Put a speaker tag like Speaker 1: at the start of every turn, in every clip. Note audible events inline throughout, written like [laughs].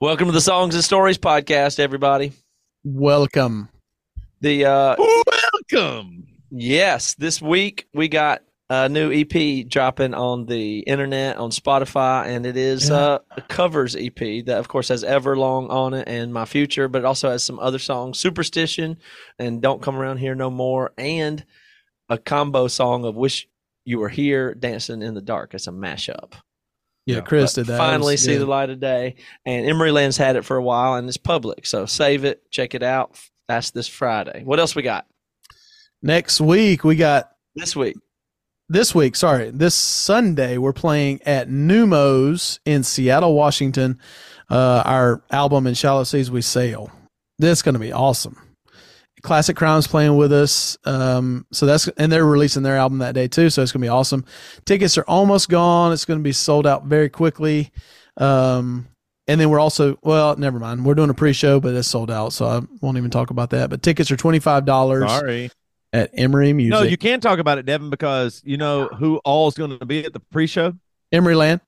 Speaker 1: Welcome to the Songs and Stories podcast, everybody.
Speaker 2: Welcome.
Speaker 1: The uh
Speaker 3: Welcome.
Speaker 1: yes, this week we got a new EP dropping on the internet on Spotify, and it is uh, a covers EP that, of course, has Everlong on it and My Future, but it also has some other songs, Superstition and Don't Come Around Here No More, and a combo song of Wish You Were Here, Dancing in the Dark. It's a mashup.
Speaker 2: Yeah,
Speaker 3: Yeah,
Speaker 2: Chris
Speaker 1: but
Speaker 2: did that.
Speaker 1: Finally
Speaker 2: It was
Speaker 1: see the
Speaker 2: good.
Speaker 1: light of day. And Emory Land's had it for a while and it's public. So save it, check it out. That's this Friday. What else we got
Speaker 2: Next week we got
Speaker 1: this week?
Speaker 2: this week, sorry, this Sunday we're playing at Numos in Seattle, Washington. Uh, our album in Shallow Seas We Sail. That's going to be awesome. Classic Crimes playing with us. Um, so that's and they're releasing their album that day too. So it's going to be awesome. Tickets are almost gone. It's going to be sold out very quickly. Um, and then we're also well, never mind. We're doing a pre-show, but it's sold out, so I won't even talk about that. But tickets are twenty five dollars
Speaker 3: Sorry.
Speaker 2: at Emory Music.
Speaker 3: No, you can talk about it, Devin, because you know who all is going to be at the pre-show.
Speaker 2: Emory Land.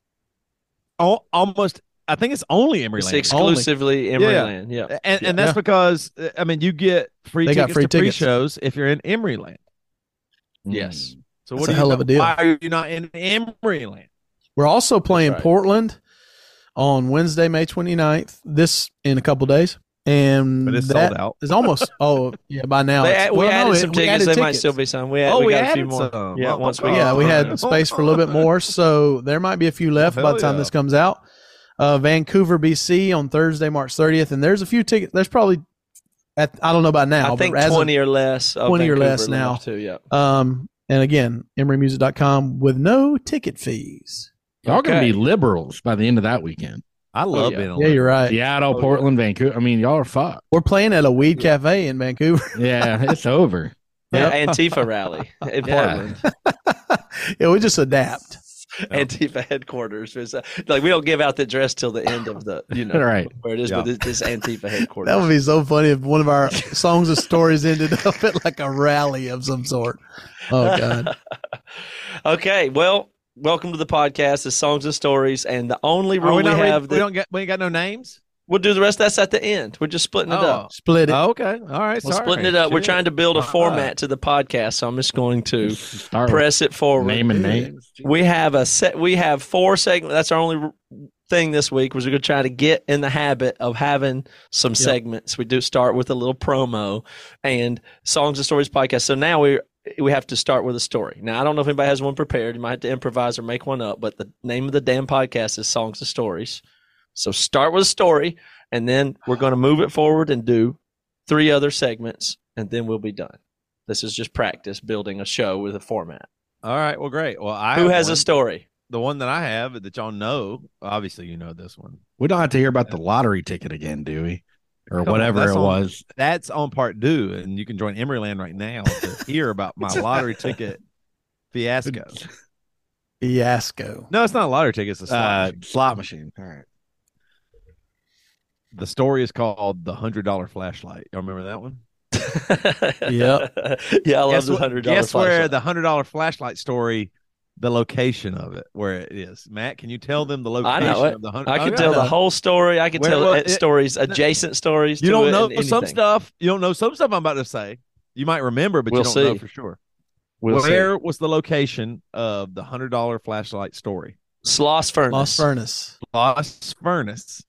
Speaker 3: Al- almost, I think it's only Emory
Speaker 1: It's
Speaker 3: Land.
Speaker 1: exclusively Emory
Speaker 3: Yeah.
Speaker 1: Land. Yeah.
Speaker 3: and and that's
Speaker 2: Yeah.
Speaker 3: because uh, I mean you get free
Speaker 2: They got
Speaker 3: tickets
Speaker 2: free
Speaker 3: to
Speaker 2: tickets.
Speaker 3: pre-shows if you're in Emeryland.
Speaker 1: Yes.
Speaker 3: So
Speaker 2: That's
Speaker 3: what
Speaker 2: a
Speaker 3: are you
Speaker 2: hell of
Speaker 3: not-
Speaker 2: a deal.
Speaker 3: Why are you not in Emeryland?
Speaker 2: We're also playing
Speaker 1: right.
Speaker 2: Portland on Wednesday, May 29th, this in a couple days. And
Speaker 3: But it's
Speaker 2: that
Speaker 3: sold out.
Speaker 2: is
Speaker 3: [laughs]
Speaker 2: almost, oh, yeah, by now.
Speaker 1: They,
Speaker 2: it's-
Speaker 1: we
Speaker 2: well, no,
Speaker 1: added
Speaker 2: it-
Speaker 1: some
Speaker 2: we
Speaker 1: tickets.
Speaker 2: added
Speaker 1: they might
Speaker 2: tickets.
Speaker 1: still be some. We, had,
Speaker 3: oh,
Speaker 1: we,
Speaker 3: we,
Speaker 1: got a
Speaker 3: added
Speaker 1: few more.
Speaker 3: some.
Speaker 1: Yeah,
Speaker 3: Oh, my
Speaker 1: once we-
Speaker 3: God.
Speaker 2: yeah, we had space for a little bit more. So there might be a few left by
Speaker 3: Hell
Speaker 2: the time
Speaker 3: yeah.
Speaker 2: this comes out. Uh, Vancouver, BC on Thursday, March 30th. And there's a few tickets. There's probably, at, I don't know about now,
Speaker 1: I think
Speaker 2: but as of-
Speaker 1: 20 or less. of
Speaker 2: 20 or
Speaker 1: Vancouver
Speaker 2: less now.
Speaker 1: left, Too. Yeah.
Speaker 2: [laughs] um, and again, emerymusic.com with no ticket fees.
Speaker 4: Y'all gonna
Speaker 1: Okay.
Speaker 4: be liberals by the end of that weekend.
Speaker 3: [laughs] I love
Speaker 1: yeah.
Speaker 3: being. on
Speaker 2: Yeah,
Speaker 3: that.
Speaker 2: you're right.
Speaker 4: Seattle,
Speaker 1: Oh, yeah.
Speaker 4: Portland, Vancouver. I mean, y'all are fucked.
Speaker 2: We're playing at a weed cafe in Vancouver.
Speaker 4: Yeah, it's over.
Speaker 1: Yeah,
Speaker 2: Yep.
Speaker 1: Antifa rally
Speaker 2: [laughs]
Speaker 1: in
Speaker 4: Yeah.
Speaker 1: Portland.
Speaker 2: yeah, we just adapt.
Speaker 1: Antifa headquarters. It's, uh, like we don't give out the address till the end of the
Speaker 2: [laughs]
Speaker 1: you know
Speaker 4: All right.
Speaker 1: where it is, but
Speaker 3: Yeah.
Speaker 1: it's, it's Antifa headquarters.
Speaker 2: That would be so funny if one of
Speaker 3: [laughs]
Speaker 2: our songs and stories ended up at like a rally of some sort. Oh god,
Speaker 1: okay, well, welcome to the podcast. The songs and stories, and the only
Speaker 3: Are
Speaker 1: rule
Speaker 3: we
Speaker 1: we,
Speaker 3: not reading-
Speaker 1: have
Speaker 3: we
Speaker 1: that
Speaker 3: don't get. We ain't got no names.
Speaker 1: we'll do the rest. That's at the end. We're just splitting it up.
Speaker 2: split it.
Speaker 3: Oh, okay. All right.
Speaker 1: We're
Speaker 3: sorry.
Speaker 1: splitting it up. We're
Speaker 3: Shit.
Speaker 1: trying to build a
Speaker 3: All right.
Speaker 1: format to the podcast, so I'm just going to
Speaker 3: uh,
Speaker 4: Start with
Speaker 1: press it forward.
Speaker 4: name and name.
Speaker 1: We have a set. We have four segments. That's our only r- thing this week. Was we're going to try to get in the habit of having some segments. We do start with a little promo and songs and stories podcast. So now we we have to start with a story. Now I don't know if anybody has one prepared. You might have to improvise or make one up. But the name of the damn podcast is Songs and Stories. So start with a story, and then we're going to move it forward and do three other segments, and then we'll be done. This is just practice building a show with a format.
Speaker 3: All right. Well, great. Well, I
Speaker 1: Who
Speaker 3: have
Speaker 1: has
Speaker 3: one.
Speaker 1: a story?
Speaker 3: The one that I have that y'all know. Obviously, you know this one.
Speaker 4: We don't have to hear about the lottery ticket again, do we? Or
Speaker 3: Come on,
Speaker 4: whatever
Speaker 3: that's
Speaker 4: it
Speaker 3: on-
Speaker 4: was.
Speaker 3: That's on part due, and you can join Emeryland right now
Speaker 1: [laughs]
Speaker 3: to hear about my lottery ticket fiasco.
Speaker 2: Fiasco.
Speaker 3: No, it's not a lottery ticket. It's a slot.
Speaker 4: Uh,
Speaker 3: machine.
Speaker 4: slot machine. All [laughs] right.
Speaker 3: the story is called "The Hundred Dollar Flashlight." Y'all remember that one?
Speaker 1: [laughs]
Speaker 2: Yep.
Speaker 1: yeah, I love
Speaker 3: Guess
Speaker 1: the
Speaker 3: wh-
Speaker 1: hundred dollar.
Speaker 3: Guess where the hundred dollar flashlight story, the location of it, where it is. Matt, can you tell them the
Speaker 1: I
Speaker 3: location
Speaker 1: know it.
Speaker 3: of the hundred?
Speaker 1: I could
Speaker 3: Okay.
Speaker 1: tell the whole story. I could
Speaker 3: Oh, Where-
Speaker 1: tell
Speaker 3: well,
Speaker 1: uh,
Speaker 3: it-
Speaker 1: stories, adjacent stories.
Speaker 3: You
Speaker 1: to
Speaker 3: don't
Speaker 1: it
Speaker 3: know
Speaker 1: and
Speaker 3: some
Speaker 1: anything.
Speaker 3: stuff. You don't know some stuff. I'm about to say. You might remember, but
Speaker 1: We'll
Speaker 3: you don't know
Speaker 1: see.
Speaker 3: for sure.
Speaker 4: We'll see.
Speaker 3: where was the location of the hundred dollar flashlight story?
Speaker 1: Sloss furnace.
Speaker 2: Lost furnace.
Speaker 3: Las Furnace.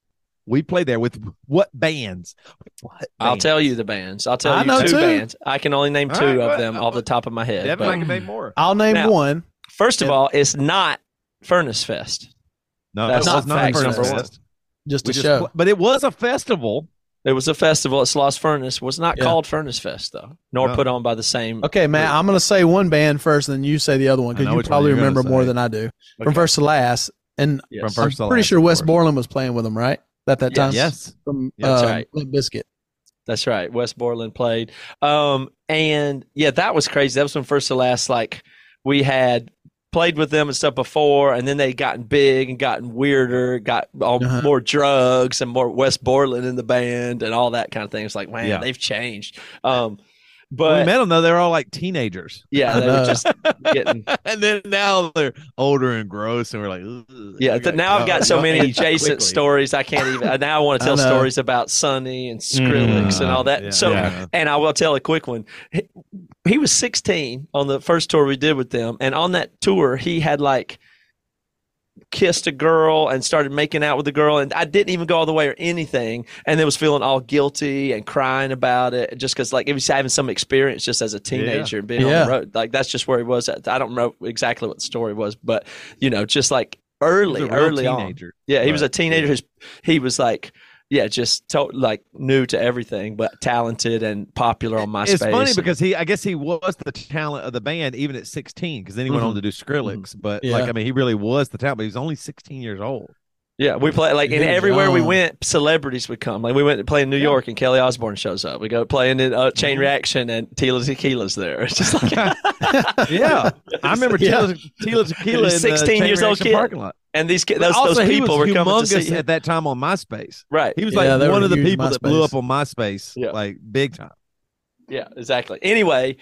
Speaker 3: We played there with what bands? What
Speaker 1: I'll
Speaker 3: bands?
Speaker 1: tell you the bands. I'll tell
Speaker 2: I
Speaker 1: you
Speaker 2: know
Speaker 1: two,
Speaker 2: two.
Speaker 1: bands. I can only name
Speaker 3: All
Speaker 1: two
Speaker 3: right,
Speaker 1: of
Speaker 3: well,
Speaker 1: them
Speaker 3: uh,
Speaker 1: off the top of my head.
Speaker 3: Devin,
Speaker 1: but-
Speaker 3: I can name more.
Speaker 2: I'll name
Speaker 1: Now-
Speaker 2: one.
Speaker 1: first of
Speaker 2: Yeah.
Speaker 1: all, it's not Furnace Fest.
Speaker 3: No,
Speaker 1: That's
Speaker 3: it was
Speaker 2: not
Speaker 3: not
Speaker 2: fact
Speaker 3: Furnace
Speaker 2: number
Speaker 1: one.
Speaker 3: Fest.
Speaker 2: Just
Speaker 3: We
Speaker 2: to
Speaker 3: just
Speaker 2: show.
Speaker 3: pl- but it was a festival.
Speaker 1: There was a festival at Sloss Furnace. Was not
Speaker 2: Yeah.
Speaker 1: called Furnace Fest though, nor
Speaker 3: No.
Speaker 1: put on by the same.
Speaker 2: okay, Matt. I'm gonna say one band first, and then you say the other one
Speaker 3: I know
Speaker 2: because you
Speaker 3: which one
Speaker 2: probably
Speaker 3: you're gonna
Speaker 2: remember more
Speaker 3: say.
Speaker 2: than I do. From
Speaker 1: Okay.
Speaker 2: first to last, and
Speaker 1: Yes.
Speaker 3: From first to
Speaker 2: pretty
Speaker 3: last,
Speaker 2: sure
Speaker 3: of
Speaker 2: West
Speaker 3: course.
Speaker 2: Borland was playing with them, right? At that
Speaker 1: Yes.
Speaker 2: time,
Speaker 3: Yes.
Speaker 2: From
Speaker 3: Yeah, that's
Speaker 2: um,
Speaker 1: right.
Speaker 2: Limp Bizkit.
Speaker 1: That's right. West Borland played. Um, and yeah, that was crazy. That was when first to last, like we had played with them and stuff before, and then they gotten big and gotten weirder, got all,
Speaker 2: Uh-huh.
Speaker 1: more drugs and more West Borland in the band and all that kind of thing. It's like, man,
Speaker 3: Yeah.
Speaker 1: they've changed. Um,
Speaker 3: we
Speaker 1: But
Speaker 3: met them though; they were all like teenagers,
Speaker 1: yeah, they
Speaker 2: I know.
Speaker 1: were just getting.
Speaker 3: [laughs] and then now they're older and gross, and we're like, "Ugh."
Speaker 1: Yeah,
Speaker 3: [laughs] We
Speaker 1: th- now I've got so
Speaker 3: y'all
Speaker 1: many
Speaker 3: age
Speaker 1: adjacent
Speaker 3: quickly.
Speaker 1: stories I can't even. Now I want
Speaker 3: [laughs]
Speaker 2: I
Speaker 1: to tell
Speaker 2: know.
Speaker 1: stories about Sonny and Skrillex and all that.
Speaker 3: Mm-hmm. Uh-huh. Yeah.
Speaker 1: so
Speaker 3: Yeah.
Speaker 1: And I will tell a quick one. He, he was 16 on the first tour we did with them, and on that tour he had like kissed a girl and started making out with a girl, and I didn't even go all the way or anything, and then was feeling all guilty and crying about it, just because like he was having some experience just as a teenager and being
Speaker 2: Yeah.
Speaker 1: on the road. Like that's just where he was. At. I don't know exactly what the story was, but you know, just like
Speaker 3: He was
Speaker 1: early,
Speaker 3: a real
Speaker 1: early on.
Speaker 3: teenager.
Speaker 1: Yeah, he was
Speaker 3: Right.
Speaker 1: a teenager who's he was like yeah, just to, like new to everything, but talented and popular on MySpace.
Speaker 3: It's funny because he, I guess he was the talent of the band even at 16, because then he went on
Speaker 1: Mhm.
Speaker 3: to do Skrillex. But
Speaker 2: Yeah.
Speaker 3: like, I mean, he really was the talent, but he was only 16 years old.
Speaker 1: yeah, we play like and
Speaker 2: Dude,
Speaker 1: everywhere we
Speaker 2: um,
Speaker 1: went, celebrities would come. Like we went to play in New York, and Kelly Osbourne shows up. We go playing in uh,
Speaker 3: Mm-hmm.
Speaker 1: Chain Reaction, and Tila Tequila's there. [laughs] It's just like,
Speaker 3: Yeah, [laughs] I remember
Speaker 2: Yeah.
Speaker 3: Tila, Tila Tequila, in the
Speaker 1: 16 years old
Speaker 3: Chain Reaction
Speaker 1: kid.
Speaker 3: parking lot.
Speaker 1: and these ki-
Speaker 3: But
Speaker 1: those
Speaker 3: also,
Speaker 1: those
Speaker 3: he was
Speaker 1: people were coming to
Speaker 3: humongous
Speaker 1: see him.
Speaker 3: at that time on MySpace.
Speaker 1: Right.
Speaker 3: He was
Speaker 2: Yeah,
Speaker 3: like
Speaker 2: they
Speaker 3: one
Speaker 2: were
Speaker 3: of the
Speaker 2: huge
Speaker 3: people that blew
Speaker 2: MySpace.
Speaker 3: up on MySpace,
Speaker 1: Yeah.
Speaker 3: like big time.
Speaker 1: Yeah. Exactly. Anyway,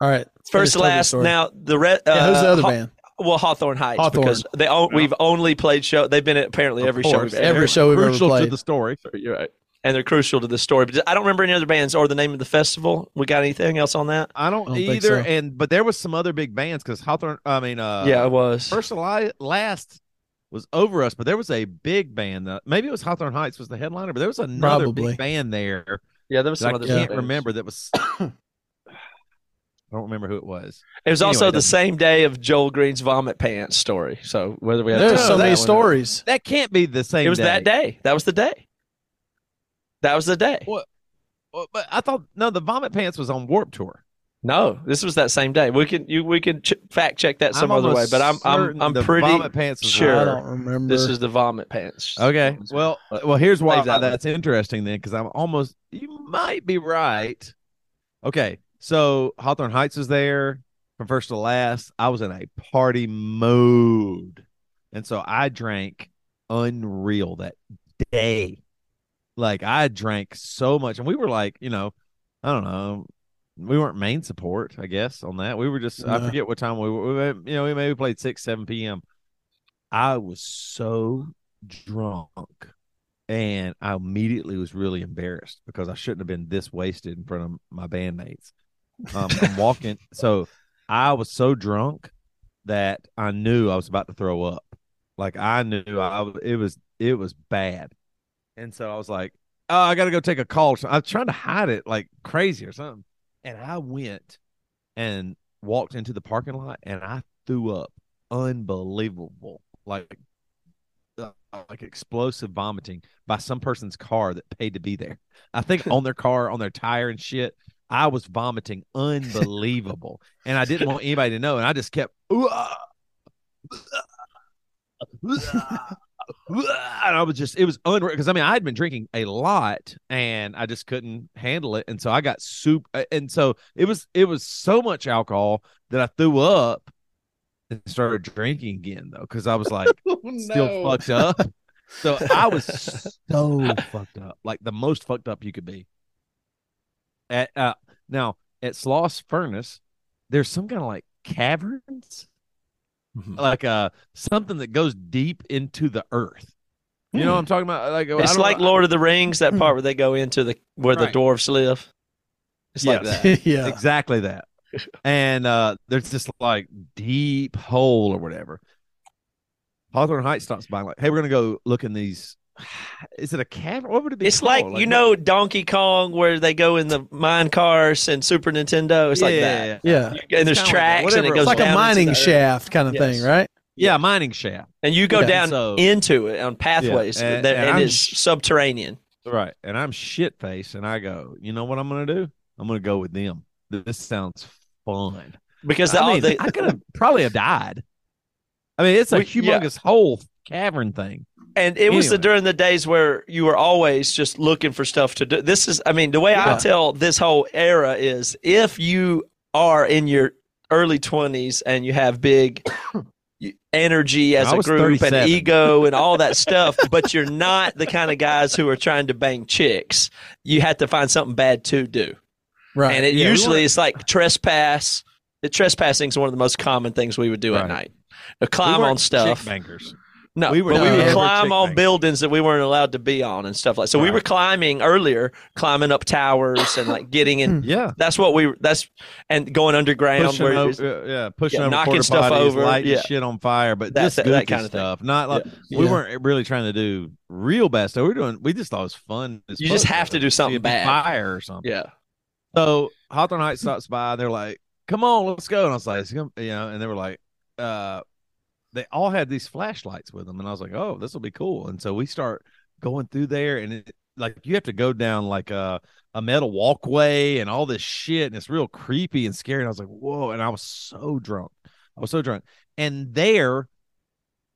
Speaker 2: All right.
Speaker 1: first
Speaker 2: Finish Toby's
Speaker 1: last.
Speaker 2: story.
Speaker 1: Now the re-
Speaker 2: yeah, who's the
Speaker 1: uh,
Speaker 2: other
Speaker 1: Haw-
Speaker 2: band?
Speaker 1: Well, Hawthorne Heights
Speaker 2: Hawthorne.
Speaker 1: because they o-
Speaker 3: Yeah.
Speaker 1: we've only played show. They've been at apparently
Speaker 3: Oh. Of
Speaker 1: every show.
Speaker 3: course,
Speaker 1: We've
Speaker 2: Every show we've ever
Speaker 3: crucial to
Speaker 2: played.
Speaker 3: the story.
Speaker 1: You're right. And they're crucial to the story. But I don't remember any other bands or the name of the festival. We got anything else on that?
Speaker 3: I don't,
Speaker 2: I don't think
Speaker 3: either.
Speaker 2: so.
Speaker 3: And but there was some other big bands because Hawthorne. I mean, uh,
Speaker 1: yeah, it was.
Speaker 3: First and li- last was over us, but there was a big band. That, maybe it was Hawthorne Heights was the headliner, but there was another
Speaker 2: Probably.
Speaker 3: big band there
Speaker 1: yeah, there was
Speaker 3: that
Speaker 1: some
Speaker 3: I
Speaker 1: other
Speaker 3: can't
Speaker 1: bands.
Speaker 3: remember.
Speaker 1: [coughs]
Speaker 3: That was I don't remember who it was.
Speaker 1: It was
Speaker 3: Anyway,
Speaker 1: also the
Speaker 3: doesn't-
Speaker 1: same day of Joel Green's vomit pants story. So whether we have
Speaker 2: There's
Speaker 1: to-
Speaker 2: so
Speaker 1: that
Speaker 2: many
Speaker 1: one-
Speaker 2: stories.
Speaker 3: That can't be the same.
Speaker 1: It was that day. That was the day. That was the day.
Speaker 3: What? Well, But I thought no, the Vomit Pants was on Warp Tour.
Speaker 1: No, this was that same day. We can you we can ch- fact check that some
Speaker 3: I'm
Speaker 1: other way,
Speaker 3: almost
Speaker 1: but I'm I'm
Speaker 3: certain
Speaker 1: I'm
Speaker 3: the
Speaker 1: pretty
Speaker 3: Vomit Pants was
Speaker 1: sure.
Speaker 2: I
Speaker 3: on-
Speaker 2: don't remember. [laughs]
Speaker 1: this is the vomit pants.
Speaker 3: Okay. Well, uh, well, here's why
Speaker 1: Save that one.
Speaker 3: that's interesting then, because I'm almost you might be right. Okay, so Hawthorne Heights is there from first to last. I was in a party mode, and so I drank unreal that day. Like I drank so much, and we were like, you know, I don't know. We weren't main support, I guess, on that. We were just, I
Speaker 2: No.
Speaker 3: forget what time we were. We, you know, we maybe played 6, 7 p.m. I was so drunk and I immediately was really embarrassed because I shouldn't have been this wasted in front of my bandmates. Um, I'm walking. So I was so drunk that I knew I was about to throw up. Like I knew I w- it was it was bad, and so I was like, "Oh, I got to go take a call." So I was trying to hide it like crazy or something, and I went and walked into the parking lot, and I threw up, unbelievable, like uh, like explosive vomiting by some person's car that paid to be there. I think on their car, on their tire and shit. I was vomiting unbelievable, and I didn't want anybody to know, and I just kept. "Ooh, ah, [laughs] and I was just, it was unreal because I mean, I had been drinking a lot and I just couldn't handle it. And so I got soup. uh, And so it was, it was so much alcohol that I threw up and started drinking again, though, because I was like still fucked up. So I was so
Speaker 1: [laughs]
Speaker 3: fucked up, like the most fucked up you could be. At uh, now at Sloss Furnace, there's some kind of like caverns
Speaker 1: Mm-hmm.
Speaker 3: like uh something that goes deep into the earth. You know what I'm talking about? Like I
Speaker 1: Hmm. It's
Speaker 3: don't
Speaker 1: like
Speaker 3: know- Hmm.
Speaker 1: Lord of the Rings, that part where they go into the where
Speaker 3: Right.
Speaker 1: the dwarves live. It's like
Speaker 3: Yes.
Speaker 1: that.
Speaker 2: [laughs] yeah.
Speaker 1: [laughs]
Speaker 3: exactly that. And uh there's this like deep hole or whatever. Hawthorne Heights stops by like, hey, we're gonna go look in these. [sighs] Is it a cavern? What would it [laughs] be?
Speaker 1: It's like,
Speaker 3: called?
Speaker 1: you know Donkey Kong where they go in the mine cars and Super Nintendo. It's like
Speaker 3: Yeah,
Speaker 1: that.
Speaker 3: yeah,
Speaker 2: Yeah.
Speaker 1: And there's
Speaker 3: It's kinda like that,
Speaker 1: tracks and it
Speaker 3: whatever
Speaker 1: goes
Speaker 2: It's like a
Speaker 1: down into
Speaker 2: mining
Speaker 1: the-
Speaker 2: shaft kind of
Speaker 1: Yes.
Speaker 2: thing, right?
Speaker 3: yeah, mining shaft.
Speaker 1: And you go
Speaker 2: Yeah,
Speaker 1: down
Speaker 3: so-
Speaker 1: into it on pathways
Speaker 3: Yeah, and-
Speaker 1: that
Speaker 3: and
Speaker 1: it
Speaker 3: I'm
Speaker 1: is
Speaker 3: sh-
Speaker 1: subterranean.
Speaker 3: Right. And I'm shit faced, and I go, you know what I'm gonna do? I'm gonna go with them. This sounds fun.
Speaker 1: Because the,
Speaker 3: I,
Speaker 1: all
Speaker 3: mean,
Speaker 1: the
Speaker 3: I could have probably have died. I mean, it's a
Speaker 1: We- yeah.
Speaker 3: humongous whole cavern thing.
Speaker 1: and it was the,
Speaker 3: anyway.
Speaker 1: during the days where you were always just looking for stuff to do. This is I mean, the way I
Speaker 2: Yeah.
Speaker 1: tell this whole era is if you are in your early twenties and you have
Speaker 3: [coughs]
Speaker 1: big energy as
Speaker 3: I
Speaker 1: a
Speaker 3: was
Speaker 1: group
Speaker 3: 37.
Speaker 1: and ego and all
Speaker 3: [laughs]
Speaker 1: that stuff, but you're not the kind of guys who are trying to bang chicks. You have to find something bad to do.
Speaker 2: Right.
Speaker 1: and it
Speaker 3: Yeah, we
Speaker 1: usually
Speaker 3: wanna-
Speaker 1: is like trespass. The trespassing is one of the most common things we would do at
Speaker 3: Right.
Speaker 1: night. To
Speaker 3: We
Speaker 1: climb on
Speaker 3: weren't
Speaker 1: stuff. [laughs]
Speaker 3: Chick bangers.
Speaker 1: No,
Speaker 3: We were
Speaker 1: but we
Speaker 2: never
Speaker 1: would
Speaker 2: chick
Speaker 1: climb on
Speaker 3: bangers.
Speaker 1: buildings that we weren't allowed to be on and stuff like. So we
Speaker 3: Right.
Speaker 1: were climbing earlier, climbing up towers and like getting in.
Speaker 3: Yeah.
Speaker 1: That's what we. That's and going underground.
Speaker 3: Pushing
Speaker 1: where
Speaker 3: over,
Speaker 1: it's-
Speaker 3: uh, yeah, pushing
Speaker 1: yeah,
Speaker 3: over
Speaker 1: knocking
Speaker 3: porta
Speaker 1: stuff
Speaker 3: potties,
Speaker 1: over,
Speaker 3: lighting
Speaker 1: yeah.
Speaker 3: shit on fire, but
Speaker 1: That-
Speaker 3: just
Speaker 1: that-
Speaker 3: goofy
Speaker 1: that kinda thing.
Speaker 3: stuff. Not like we
Speaker 2: Yeah.
Speaker 3: weren't really trying to do real bad stuff. We were doing. We just thought it was fun. as
Speaker 1: You just
Speaker 3: fuck,
Speaker 1: have to
Speaker 3: though.
Speaker 1: do
Speaker 3: See
Speaker 1: something
Speaker 3: if it
Speaker 1: bad.
Speaker 3: fire or something.
Speaker 1: yeah,
Speaker 3: So Hawthorne Heights stops by. And they're like, "Come on, let's go." And I was like, "It's gonna-" "You know," and they were like, "Uh." They all had these flashlights with them, and I was like, "Oh, this will be cool." And so we start going through there, and it, like you have to go down like a a metal walkway and all this shit, and it's real creepy and scary. And I was like, "Whoa!" And I was so drunk. I was so drunk. And there,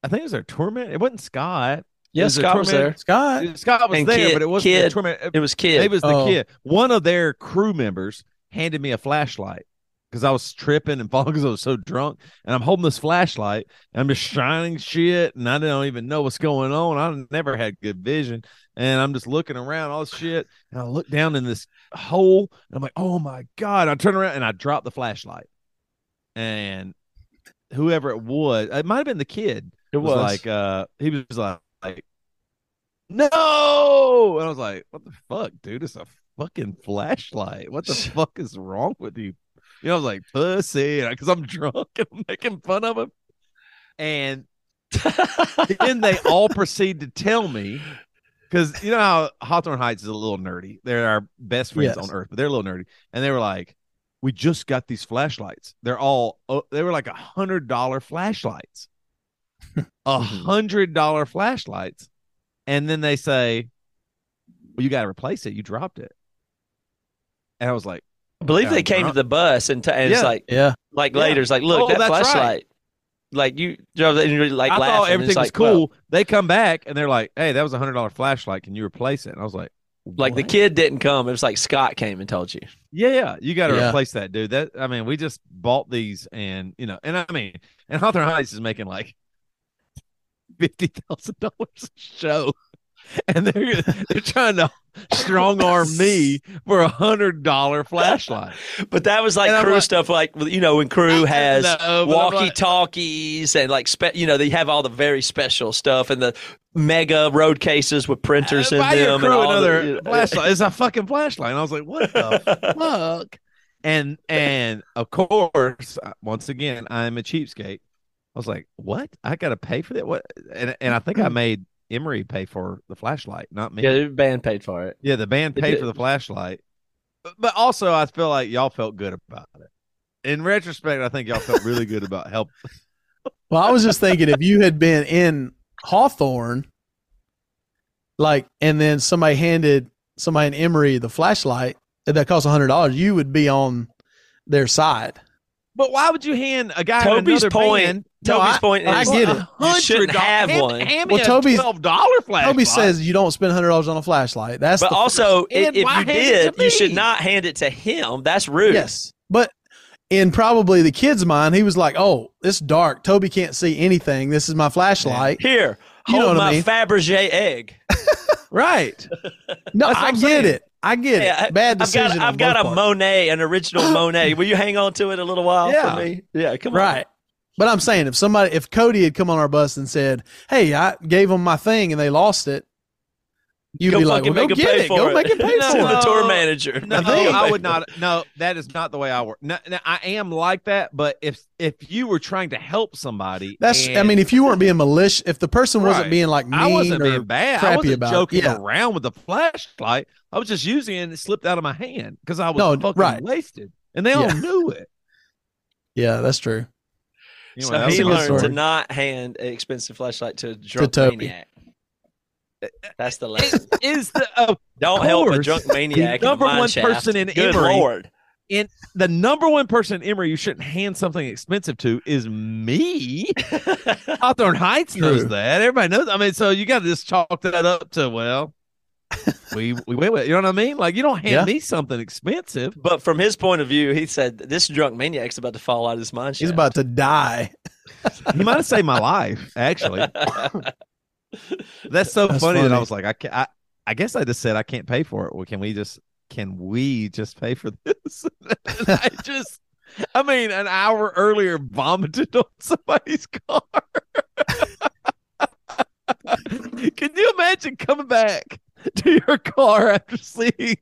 Speaker 3: I think it was their torment. It wasn't Scott.
Speaker 1: yeah.
Speaker 3: Is the
Speaker 1: Scott was
Speaker 3: torment-
Speaker 1: there.
Speaker 2: Scott.
Speaker 3: Scott was
Speaker 1: And
Speaker 3: there,
Speaker 1: Kid-
Speaker 3: but it wasn't their
Speaker 1: Kid-
Speaker 3: torment.
Speaker 1: It was kid.
Speaker 3: It was the
Speaker 2: Oh.
Speaker 3: kid. One of their crew members handed me a flashlight because I was tripping and [laughs] falling because I was so drunk. And I'm holding this flashlight and I'm just shining shit. And I don't even know what's going on. I never had good vision. And I'm just looking around, all this shit. And I look down in this hole and I'm like, oh my God. I turn around and I drop the flashlight. And whoever it was, it might have been the kid
Speaker 1: It
Speaker 3: was, like uh he was like, like no and i was like what the fuck dude it's a fucking flashlight what the [laughs] fuck is wrong with you you know i was like pussy because i'm [laughs] drunk and i'm making fun of him and then they all proceed to tell me because you know how Hawthorne Heights is a little nerdy. They're our best friends
Speaker 2: Yes.
Speaker 3: on earth, but they're a little nerdy. And they were like, "We just got these flashlights. They're all oh, they were like a hundred dollar flashlights, a hundred dollar flashlights." And then they say, "Well, you got to replace it. You dropped it." And I was like,
Speaker 1: I [laughs] believe
Speaker 3: Yeah,
Speaker 1: they came
Speaker 3: drunk.
Speaker 1: to the bus and, t- and it's
Speaker 3: Yeah.
Speaker 1: like
Speaker 2: Yeah.
Speaker 1: like
Speaker 3: Yeah.
Speaker 1: later it's like look
Speaker 3: Oh,
Speaker 1: that
Speaker 3: that's right.
Speaker 1: flashlight. Like you, and you're like laughing.
Speaker 3: "I thought
Speaker 1: It's
Speaker 3: everything was
Speaker 1: like, well,
Speaker 3: cool." they come back and they're like, "Hey, that was a hundred dollar flashlight. Can you replace it?" And I was like,
Speaker 1: like the
Speaker 3: "What?"
Speaker 1: kid didn't come. It was like Scott came and told you.
Speaker 3: Yeah, yeah, you got to
Speaker 2: Yeah.
Speaker 3: replace that, dude. That I mean, we just bought these, and you know, and I mean, and Hawthorne Heights is making like fifty thousand dollars a show, [laughs] and they're they're trying to strong arm me for a hundred dollar flashlight.
Speaker 1: But that was
Speaker 3: And
Speaker 1: like
Speaker 3: I'm
Speaker 1: crew
Speaker 3: like-
Speaker 1: stuff, like you know when crew has
Speaker 3: [laughs] No, but I'm like,
Speaker 1: walkie talkies and like spe- you know they have all the very special stuff and the mega road cases with printers in
Speaker 3: Uh, buy your
Speaker 1: them and
Speaker 3: crew
Speaker 1: all
Speaker 3: another
Speaker 1: the, you know,
Speaker 3: flashlight. It's a fucking flashlight. And I was like, what the [laughs] fuck? And and of course, uh, once again, I'm a cheapskate. I was like, what? I gotta pay for that? What? And and I think I made Emery pay for the flashlight, not me.
Speaker 1: yeah, the band paid for it.
Speaker 3: Yeah, the band
Speaker 1: They
Speaker 3: paid
Speaker 1: did.
Speaker 3: for the flashlight, But- but also I feel like y'all felt good about it. In retrospect, I think y'all felt really good about help.
Speaker 2: Well, I was just thinking if you had been in Hawthorne, like, and then somebody handed somebody in Emory the flashlight that cost hundred dollars, you would be on their side.
Speaker 3: [laughs] But why would you hand a guy in
Speaker 1: Toby's
Speaker 3: another
Speaker 1: point-
Speaker 3: band-
Speaker 2: No,
Speaker 1: Toby's
Speaker 2: I-
Speaker 1: point
Speaker 2: I
Speaker 1: is
Speaker 2: get it.
Speaker 1: You shouldn't
Speaker 3: $100
Speaker 1: have
Speaker 3: hand-
Speaker 1: one.
Speaker 3: Hand
Speaker 2: Well,
Speaker 3: me a
Speaker 2: Toby's-
Speaker 3: twelve dollar flashlight.
Speaker 2: Toby says you don't spend hundred dollars on a flashlight. That's
Speaker 1: But
Speaker 2: the
Speaker 1: also, i-
Speaker 3: And
Speaker 1: if
Speaker 3: why
Speaker 1: you
Speaker 3: hand it
Speaker 1: did,
Speaker 3: to
Speaker 1: you should
Speaker 3: me?
Speaker 1: not hand it to him. That's rude.
Speaker 2: Yes. But in probably the kid's mind, he was like, Oh, it's dark. Toby can't see anything. This is my flashlight.
Speaker 1: Here,
Speaker 2: You
Speaker 1: hold
Speaker 2: know what I
Speaker 1: my
Speaker 2: mean.
Speaker 1: Fabergé egg.
Speaker 2: Right. No,
Speaker 3: That's what
Speaker 2: I
Speaker 3: I'm
Speaker 2: get
Speaker 3: saying.
Speaker 2: it. I get
Speaker 1: Yeah, I-
Speaker 2: it. Bad
Speaker 1: I've got,
Speaker 2: decision. on
Speaker 1: I've got
Speaker 2: both
Speaker 1: a
Speaker 2: parts.
Speaker 1: Monet, an original Monet. Will you hang on to it a little while
Speaker 3: Yeah.
Speaker 1: for me? Yeah, come on.
Speaker 2: Right. But I'm saying if somebody, if Cody had come on our bus and said, "Hey, I gave them my thing and they lost it," you'd
Speaker 1: Go
Speaker 2: be like,
Speaker 1: fucking
Speaker 2: well, "Go
Speaker 1: make 'em
Speaker 2: get
Speaker 1: pay
Speaker 2: it.
Speaker 1: for
Speaker 2: Go
Speaker 1: it." [laughs]
Speaker 2: make it pay
Speaker 1: No,
Speaker 2: for
Speaker 1: to the
Speaker 2: it."
Speaker 1: tour manager. [laughs]
Speaker 3: No,
Speaker 2: think-
Speaker 3: I would not. No, that is not the way I work. No, no, I am like that, but if if you were trying to help somebody,
Speaker 2: That's. I
Speaker 3: and
Speaker 2: mean, if you weren't being malicious, if the person wasn't
Speaker 3: Right.
Speaker 2: being like mean
Speaker 3: I wasn't
Speaker 2: or
Speaker 3: being bad. I
Speaker 2: crappy
Speaker 3: wasn't
Speaker 2: about it.
Speaker 3: joking
Speaker 2: Yeah.
Speaker 3: around with the flashlight. I was just using it, and it slipped out of my hand because I was
Speaker 2: No,
Speaker 3: fucking
Speaker 2: right.
Speaker 3: wasted, and they
Speaker 2: Yeah.
Speaker 3: all knew it.
Speaker 2: yeah, that's true.
Speaker 3: Anyway,
Speaker 1: So
Speaker 3: that was
Speaker 1: he
Speaker 3: a good
Speaker 1: learned to
Speaker 3: story.
Speaker 1: not hand an expensive flashlight to a drunk
Speaker 2: Toby.
Speaker 1: maniac. That's the oh, lesson.
Speaker 3: It Is the uh,
Speaker 1: Don't help a
Speaker 3: course,
Speaker 1: drunk maniac.
Speaker 3: the
Speaker 1: in a
Speaker 3: number
Speaker 1: mine
Speaker 3: one
Speaker 1: shaft.
Speaker 3: person in
Speaker 1: Good
Speaker 3: Emory-
Speaker 1: Lord.
Speaker 3: the number one person in Emory you shouldn't hand something expensive to
Speaker 2: [laughs]
Speaker 3: is me. Hawthorne Heights knows
Speaker 2: True.
Speaker 3: that. Everybody knows. I mean, so you got to just chalk that up to well, we we went with. it. You know what I mean? Like you don't hand
Speaker 2: Yeah.
Speaker 3: me something expensive.
Speaker 1: But from his point of view, he said this drunk maniac's about to fall out of his mind.
Speaker 2: He's
Speaker 1: shaft."
Speaker 2: about
Speaker 1: [laughs]
Speaker 2: to die.
Speaker 3: You might have saved my life. Actually, that's so
Speaker 2: That's
Speaker 3: funny, that
Speaker 2: funny.
Speaker 3: I was like, I can't. I, I guess I just said I can't pay for it. Well, can we just can we just pay for this? [laughs] And I just, I mean, an hour earlier vomited on somebody's [laughs] car. can you imagine coming back [laughs] to your car after seeing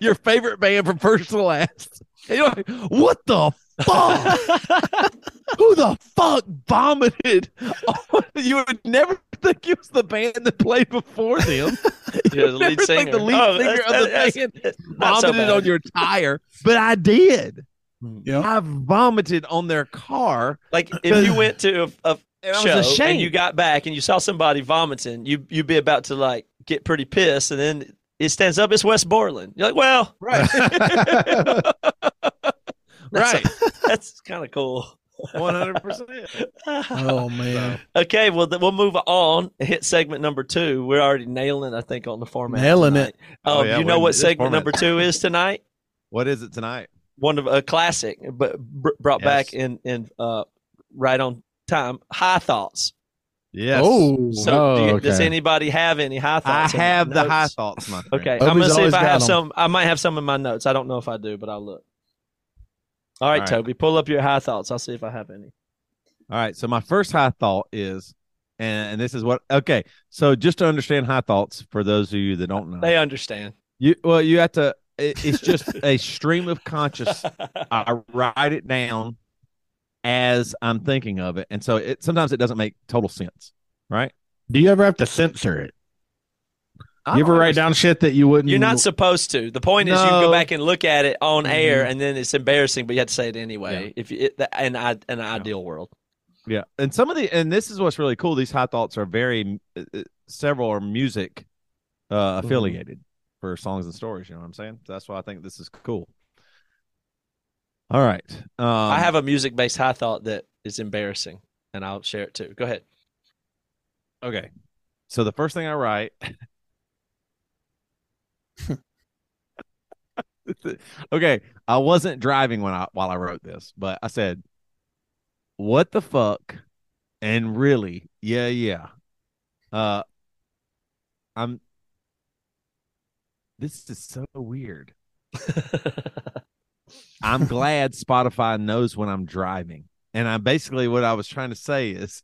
Speaker 3: your favorite band from first to last? And you're like, what the fuck?
Speaker 1: [laughs]
Speaker 3: Who the fuck vomited? on-" [laughs] you would never think it was the band that played
Speaker 1: [laughs]
Speaker 3: before them.
Speaker 1: You're the
Speaker 3: Never
Speaker 1: lead
Speaker 3: think
Speaker 1: singer.
Speaker 3: The lead
Speaker 1: Oh,
Speaker 3: singer
Speaker 1: that's-
Speaker 3: of the
Speaker 1: that's-
Speaker 3: band
Speaker 1: not so
Speaker 3: vomited
Speaker 1: bad.
Speaker 3: on your tire, but I did.
Speaker 2: Yeah.
Speaker 3: I vomited on their car.
Speaker 1: Like if you went
Speaker 3: [laughs]
Speaker 1: to a, a
Speaker 3: And I
Speaker 1: show
Speaker 3: was ashamed.
Speaker 1: and you got back and you saw somebody vomiting, you you'd be about to like get pretty pissed, and then it stands up. It's West Borland. You're like, well,
Speaker 3: right. right.
Speaker 1: that's kind of cool. [laughs]
Speaker 3: [laughs] 100%.
Speaker 2: Oh man,
Speaker 1: okay, well th- we'll move on and hit segment number two. We're already nailing, I think, on the format.
Speaker 2: Nailing
Speaker 1: tonight. Um,
Speaker 3: Oh, yeah,
Speaker 1: you
Speaker 3: we're
Speaker 1: know
Speaker 3: in
Speaker 1: what
Speaker 3: this
Speaker 1: segment
Speaker 3: format.
Speaker 1: number two is tonight?
Speaker 3: What is it tonight?
Speaker 1: one of a classic, but br- brought
Speaker 3: Yes.
Speaker 1: back in in uh, right on time. High thoughts.
Speaker 3: Yes.
Speaker 4: Oh,
Speaker 1: So, do you, does anybody have any high
Speaker 3: I
Speaker 1: thoughts? in
Speaker 3: have the
Speaker 1: notes?
Speaker 3: high thoughts, my friend.
Speaker 1: Okay,
Speaker 2: Obi's
Speaker 1: I'm gonna see
Speaker 2: always
Speaker 1: if I
Speaker 2: got
Speaker 1: have
Speaker 2: 'em.
Speaker 1: some. I might have some in my notes. I don't know if I do, but I'll look. All right,
Speaker 3: All right.
Speaker 1: Toby, pull up your high thoughts. I'll see if I have any.
Speaker 3: All right. So my first high thought is, and, and this is what okay. So just to understand high thoughts for those of you that don't know,
Speaker 1: They understand.
Speaker 3: you well you have to. It, it's just a stream of
Speaker 1: [laughs]
Speaker 3: conscious. I write it down as I'm thinking of it, and so it sometimes it doesn't make total sense.
Speaker 4: Do you ever have to censor it?
Speaker 3: I
Speaker 4: you ever
Speaker 3: don't
Speaker 4: write down shit that you wouldn't?
Speaker 1: You're not supposed to. The point is, you can
Speaker 3: No. Mm-hmm.
Speaker 1: go back and look at it on
Speaker 4: Mhm.
Speaker 1: air, and then it's embarrassing, but you have to say it anyway. If you, it, in I, in an ideal world,
Speaker 3: Yeah, and some of the and this is what's really cool. These high thoughts are very uh, uh, several are music uh,
Speaker 1: Mhm.
Speaker 3: affiliated for songs and stories. You know what I'm saying? So that's why I think this is cool. All right, um,
Speaker 1: I have a music based high thought that is embarrassing, and I'll share it too. Go ahead.
Speaker 3: okay. So the first thing I write. [laughs] okay, I wasn't driving when I while I wrote this, but I said, "What the fuck?" and really, yeah, yeah. Uh, I'm. This is so weird. I'm glad Spotify knows when I'm driving. And I basically what I was trying to say is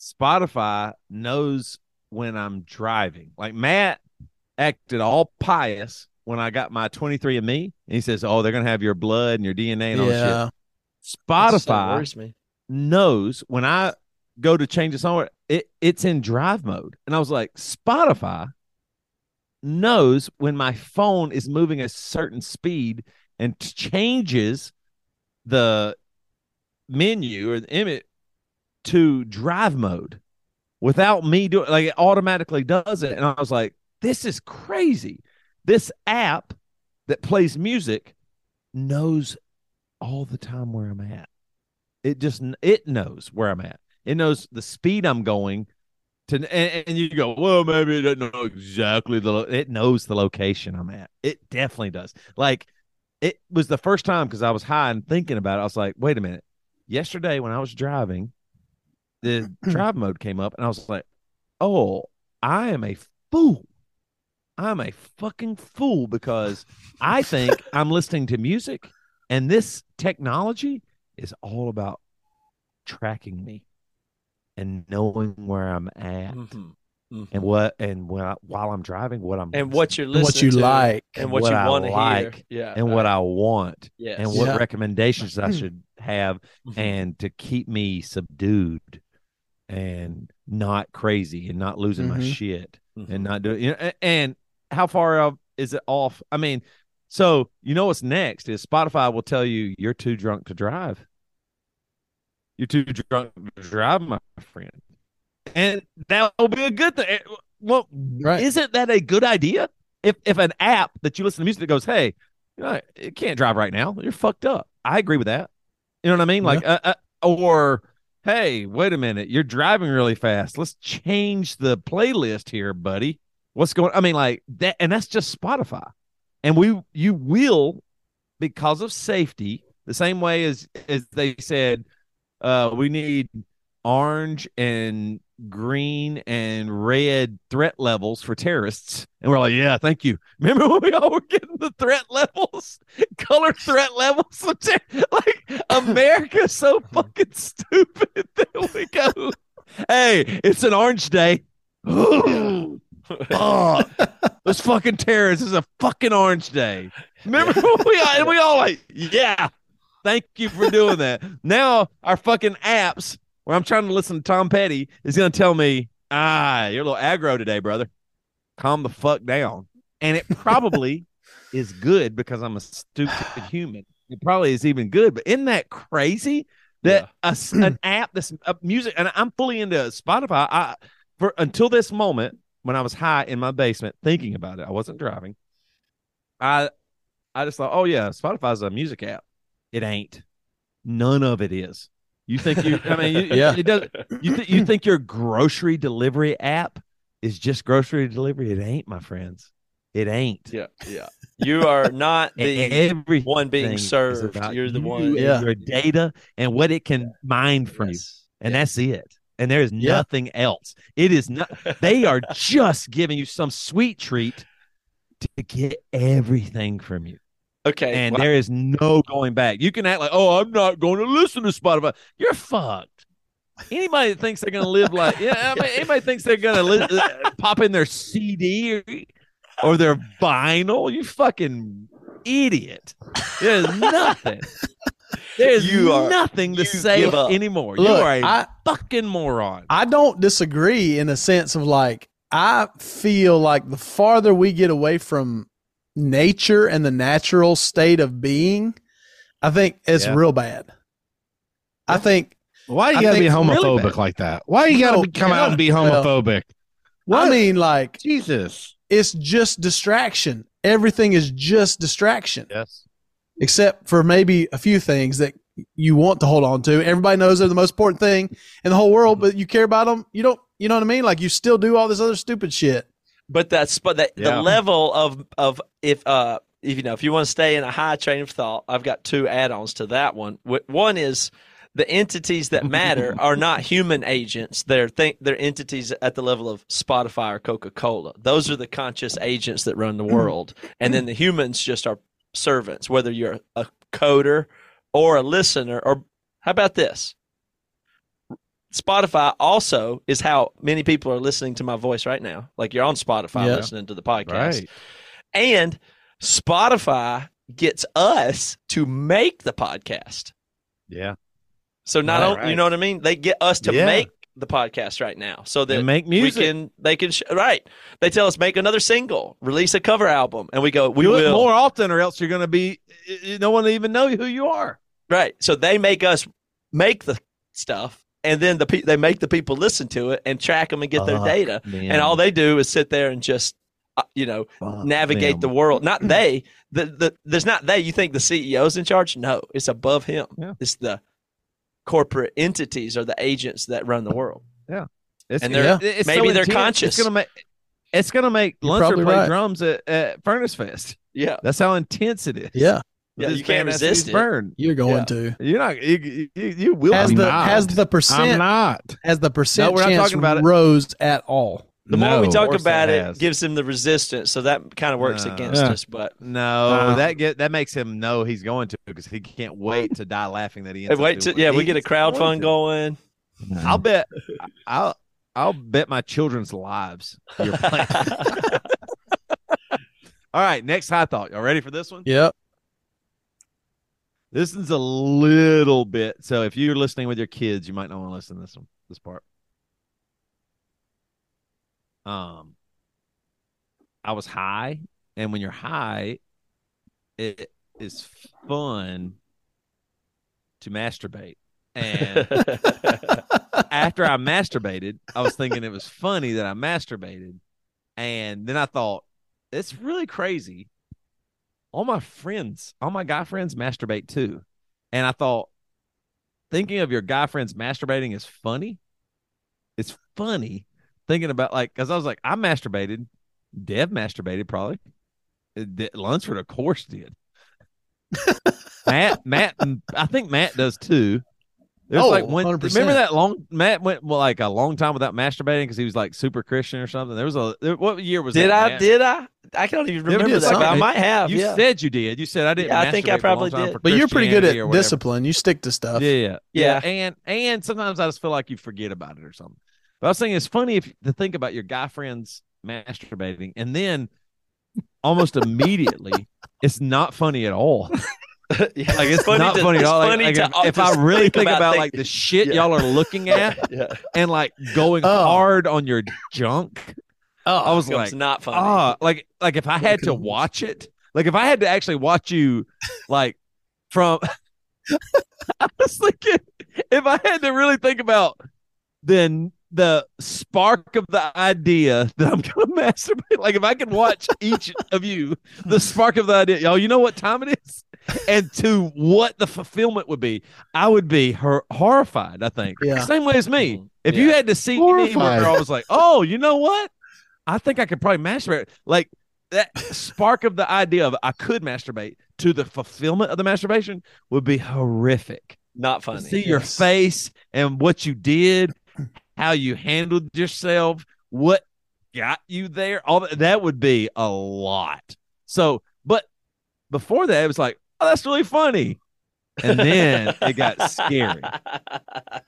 Speaker 3: Spotify knows when I'm driving. Like Matt acted all pious when I got my 23 and me. And he says, Oh, they're gonna have your blood and your DNA and all this
Speaker 2: yeah.
Speaker 3: shit.
Speaker 1: That's-
Speaker 3: Spotify
Speaker 1: that worries me.
Speaker 3: knows when I go to change a song, it, it's in drive mode. And I was like, Spotify knows when my phone is moving a certain speed and t- changes the menu or the image to drive mode without me doing like it automatically does it. And I was like, this is crazy. This app that plays music knows all the time where I'm at it just kn- it knows where I'm at. It knows the speed I'm going to, and, and you go, well, maybe it doesn't know exactly the. Lo-. It knows the location I'm at. It definitely does. Like it was the first time because I was high and thinking about it. I was like, wait a minute. Yesterday when I was driving, the
Speaker 1: [clears throat]
Speaker 3: drive mode came up, and I was like, oh, I am a fool. I'm a fucking fool because I think
Speaker 1: [laughs]
Speaker 3: I'm listening to music and this technology is all about tracking me and knowing where I'm at
Speaker 1: Mhm.
Speaker 3: and what and when I, while I'm driving what I'm
Speaker 1: And what you're
Speaker 2: And
Speaker 1: listening
Speaker 2: What
Speaker 1: to,
Speaker 2: you like?
Speaker 1: and what,
Speaker 3: what
Speaker 1: you
Speaker 3: I
Speaker 1: want to
Speaker 3: like,
Speaker 1: hear, yeah, uh,
Speaker 3: and what I want
Speaker 1: yes.
Speaker 3: and what
Speaker 2: Yeah.
Speaker 3: recommendations I should have
Speaker 1: Mhm.
Speaker 3: and to keep me subdued and not crazy and not losing my
Speaker 2: Mhm.
Speaker 3: shit
Speaker 1: Mhm.
Speaker 3: and not doing you know, a- and how far up is it off? I mean, so you know what's next is Spotify will tell you you're too drunk to drive. You're too drunk to drive, my friend, and that will be a good thing. Eh, Well,
Speaker 2: Right.
Speaker 3: isn't that a good idea? If if an app that you listen to music that goes, hey, you know, you can't drive right now, you're fucked up. I agree with that. You know what I mean? Like, uh, uh, or hey, wait a minute, you're driving really fast. Let's change the playlist here, buddy. What's going? I mean, like that, and that's just Spotify. And we, you will, because of safety, the same way as as they said, uh, we need orange and green and red threat levels for terrorists. And we're like, yeah, thank you. Remember when we all were getting the threat levels, [laughs] color threat levels? Of ter- [laughs] like, America's so fucking stupid [laughs] that we go, hey, it's an orange day. Fuck. Those fucking terrorists is a fucking orange day. Remember when we all, and we all like, yeah, thank you for doing that. Now our fucking apps where I'm trying to listen to Tom Petty is gonna tell me, ah, you're a little aggro today, brother. Calm the fuck down. And it probably is good because I'm a stupid human. It probably is even good, but isn't that crazy? That a
Speaker 1: [clears throat]
Speaker 3: s an app, this uh, music, and I'm fully into Spotify. I for until this moment when I was high in my basement thinking about it, I wasn't driving. I I just thought, oh yeah, Spotify's a music app. It ain't. None of it is. You think you? I mean, you,
Speaker 2: Yeah.
Speaker 3: It does. You th- you think your grocery delivery app is just grocery delivery? It ain't, my friends. It ain't.
Speaker 1: [laughs] Yeah, yeah. You
Speaker 3: [laughs]
Speaker 1: are not
Speaker 3: E-
Speaker 1: the
Speaker 3: Every
Speaker 1: one being
Speaker 3: thing is
Speaker 1: served.
Speaker 3: about
Speaker 1: You're the
Speaker 3: you
Speaker 1: one-
Speaker 3: and
Speaker 2: Yeah.
Speaker 3: Your data and what it can mine from you,
Speaker 1: Yes.
Speaker 3: and
Speaker 1: Yeah.
Speaker 3: that's it. And there is
Speaker 2: Yeah.
Speaker 3: nothing else. It is
Speaker 1: [laughs]
Speaker 3: not. They are just giving you some sweet treat to get everything from you.
Speaker 1: okay.
Speaker 3: And
Speaker 1: well,
Speaker 3: there is no going back. You can act like, oh, I'm not going to listen to Spotify. You're fucked. Anybody that thinks they're going to live like, yeah, I mean, anybody thinks they're going to li- uh, pop in their CD or, or their vinyl, you fucking idiot. There's nothing. There's
Speaker 1: You are-
Speaker 3: nothing to
Speaker 1: you
Speaker 3: save
Speaker 1: give up.
Speaker 3: anymore. you
Speaker 2: Look,
Speaker 3: are a
Speaker 2: I-
Speaker 3: fucking moron.
Speaker 2: I don't disagree in a sense of like I feel like the farther we get away from nature and the natural state of being, I think it's
Speaker 3: Yeah.
Speaker 2: real bad. I think
Speaker 4: Why do
Speaker 2: I
Speaker 4: you gotta be
Speaker 2: think it's
Speaker 3: really
Speaker 4: homophobic
Speaker 3: bad.
Speaker 4: like that? Why you gotta
Speaker 2: No,
Speaker 4: be- come out and be
Speaker 2: well-
Speaker 4: homophobic?
Speaker 2: I mean like
Speaker 4: Jesus.
Speaker 2: it's just distraction. Everything is just distraction.
Speaker 3: Yes.
Speaker 2: Except for maybe a few things that you want to hold on to. Everybody knows they're the most important thing in the whole world, but you care about them. You don't, you know what I mean? Like you still do all this other stupid shit.
Speaker 1: but that's but that
Speaker 3: Yeah.
Speaker 1: the level of of if uh if you know if you want to stay in a high train of thought, I've got two add-ons to that one. Wh- One is the entities that matter are not human agents. They're think they're entities at the level of Spotify or Coca Cola. Those are the conscious agents that run the world, and then the humans just are servants. Whether you're a coder or a listener, or how about this? Spotify also is how many people are listening to my voice right now. Like you're on Spotify
Speaker 2: Yeah.
Speaker 1: listening to the podcast.
Speaker 3: Right.
Speaker 1: And Spotify gets us to make the podcast.
Speaker 3: Yeah.
Speaker 1: So not
Speaker 4: Right.
Speaker 1: only you know what I mean, they get us to
Speaker 4: Yeah.
Speaker 1: make the podcast right now, so
Speaker 3: They
Speaker 1: that
Speaker 3: make music.
Speaker 1: we can they can sh- right. They tell us make another single, release a cover album, and we go we
Speaker 3: Do it
Speaker 1: will
Speaker 3: more often or else you're going to be, y- y- no one will even know who you are.
Speaker 1: right. So they make us make the stuff, and then the pe- they make the people listen to it and track them and get their
Speaker 3: Fuck,
Speaker 1: data, and all they do is sit there and just uh, you know navigate the world.
Speaker 3: Mm-hmm.
Speaker 1: Not they. The, the there's not they. You think the CEO's in charge? No, it's above him.
Speaker 3: Yeah.
Speaker 1: It's the corporate entities or the agents that run the world.
Speaker 3: It's,
Speaker 1: And they're-
Speaker 3: it- it's
Speaker 1: maybe they're conscious.
Speaker 3: It's gonna make it's gonna make
Speaker 2: You're
Speaker 3: Luncher
Speaker 2: probably
Speaker 3: play
Speaker 2: right.
Speaker 3: drums at, at Furnace Fest.
Speaker 1: Yeah,
Speaker 3: That's how intense it is.
Speaker 2: Yeah.
Speaker 1: Yeah,
Speaker 3: This
Speaker 1: you can't
Speaker 3: band has
Speaker 1: resist
Speaker 3: these
Speaker 1: it.
Speaker 3: Burn.
Speaker 2: You're going
Speaker 1: Yeah.
Speaker 2: to.
Speaker 3: You're not. You, you, you- you will.
Speaker 2: Has
Speaker 3: be
Speaker 2: the
Speaker 3: not.
Speaker 2: has the
Speaker 4: I'm
Speaker 2: percent
Speaker 4: not.
Speaker 2: has the percent
Speaker 3: we're not
Speaker 2: chance
Speaker 3: talking about it.
Speaker 2: rose at all.
Speaker 1: the more we
Speaker 4: No.
Speaker 1: talk
Speaker 3: course
Speaker 1: about
Speaker 3: it
Speaker 1: it,
Speaker 3: has.
Speaker 1: gives them the resistance. So that kind of works
Speaker 3: Uh,
Speaker 1: against
Speaker 4: yeah.
Speaker 1: us. But
Speaker 3: no,
Speaker 4: Uh,
Speaker 3: that get that makes him know he's going to because he can't wait to die laughing that he. Ends
Speaker 1: Hey, wait, till, yeah, we get a crowd fund
Speaker 3: going.
Speaker 1: going.
Speaker 3: I'll bet. I'll I'll bet my children's lives.
Speaker 1: [laughs]
Speaker 3: You're [laughs] playing. All right, next high thought. Y'all ready for this one?
Speaker 2: Yep.
Speaker 3: This is a little bit. So if you're listening with your kids, you might not want to listen to this one, this part. Um, I was high, and when you're high, it is fun to masturbate. And after I masturbated, I was thinking it was funny that I masturbated, and then I thought it's really crazy. All my friends, all my guy friends masturbate too, and I thought thinking of your guy friends masturbating is funny. It's funny thinking about like because I was like I masturbated, Dev masturbated probably, Uh, De- Lunsford of course did. Matt, Matt, I think Matt does too. It's
Speaker 2: Oh,
Speaker 3: like when
Speaker 2: 100%.
Speaker 3: remember that long Matt went well, like a long time without masturbating because he was like super Christian or something. There was a there, what year was
Speaker 1: Did
Speaker 3: that?
Speaker 1: I?
Speaker 3: Matt?
Speaker 1: Did I? I don't even
Speaker 2: did
Speaker 1: remember that. But I
Speaker 2: something.
Speaker 1: might have.
Speaker 3: you
Speaker 1: yeah.
Speaker 3: said you did? You said I didn't.
Speaker 1: Yeah, I think I
Speaker 3: masturbate for a long
Speaker 1: probably
Speaker 3: time
Speaker 1: did.
Speaker 3: for
Speaker 2: But you're pretty good
Speaker 3: Christianity or
Speaker 2: at
Speaker 3: whatever.
Speaker 2: discipline. You stick to stuff.
Speaker 3: Yeah, yeah,
Speaker 1: Yeah.
Speaker 3: And and sometimes I just feel like you forget about it or something. But I was saying it's funny if to think about your guy friends masturbating and then almost [laughs] immediately it's not funny at all.
Speaker 1: [laughs] yeah.
Speaker 3: [laughs] Like it's not funny at all. Like- like, if- if, I really think, about, like the shit
Speaker 1: Yeah.
Speaker 3: y'all are looking at [laughs]
Speaker 1: yeah.
Speaker 3: and like going
Speaker 2: Oh.
Speaker 3: hard on your junk,
Speaker 1: oh,
Speaker 3: I was like,
Speaker 1: it's not funny.
Speaker 3: ah, like like if I had to watch it, like if I had to actually watch you, like from, [laughs] I was thinking if I had to really think about then the spark of the idea that I'm gonna [laughs] masturbate, like if I could watch each of you, the spark of the idea, y'all, you know what time it is. And to what the fulfillment would be, I would be hor- horrified. I think
Speaker 2: Yeah.
Speaker 3: same way as me.
Speaker 1: Mhm.
Speaker 3: If
Speaker 1: Yeah.
Speaker 3: you had to see me
Speaker 4: Horrified.
Speaker 3: where I was like, oh, you know what? I think I could probably masturbate. Like that spark of the idea of I could masturbate to the fulfillment of the masturbation would be horrific.
Speaker 1: not
Speaker 3: To
Speaker 1: funny.
Speaker 3: see your
Speaker 2: yes.
Speaker 3: face and what you did, how you handled yourself, what got you there. All that, that would be a lot. So, but before that, it was like, oh, that's really funny. And then
Speaker 1: [laughs]
Speaker 3: it got scary. You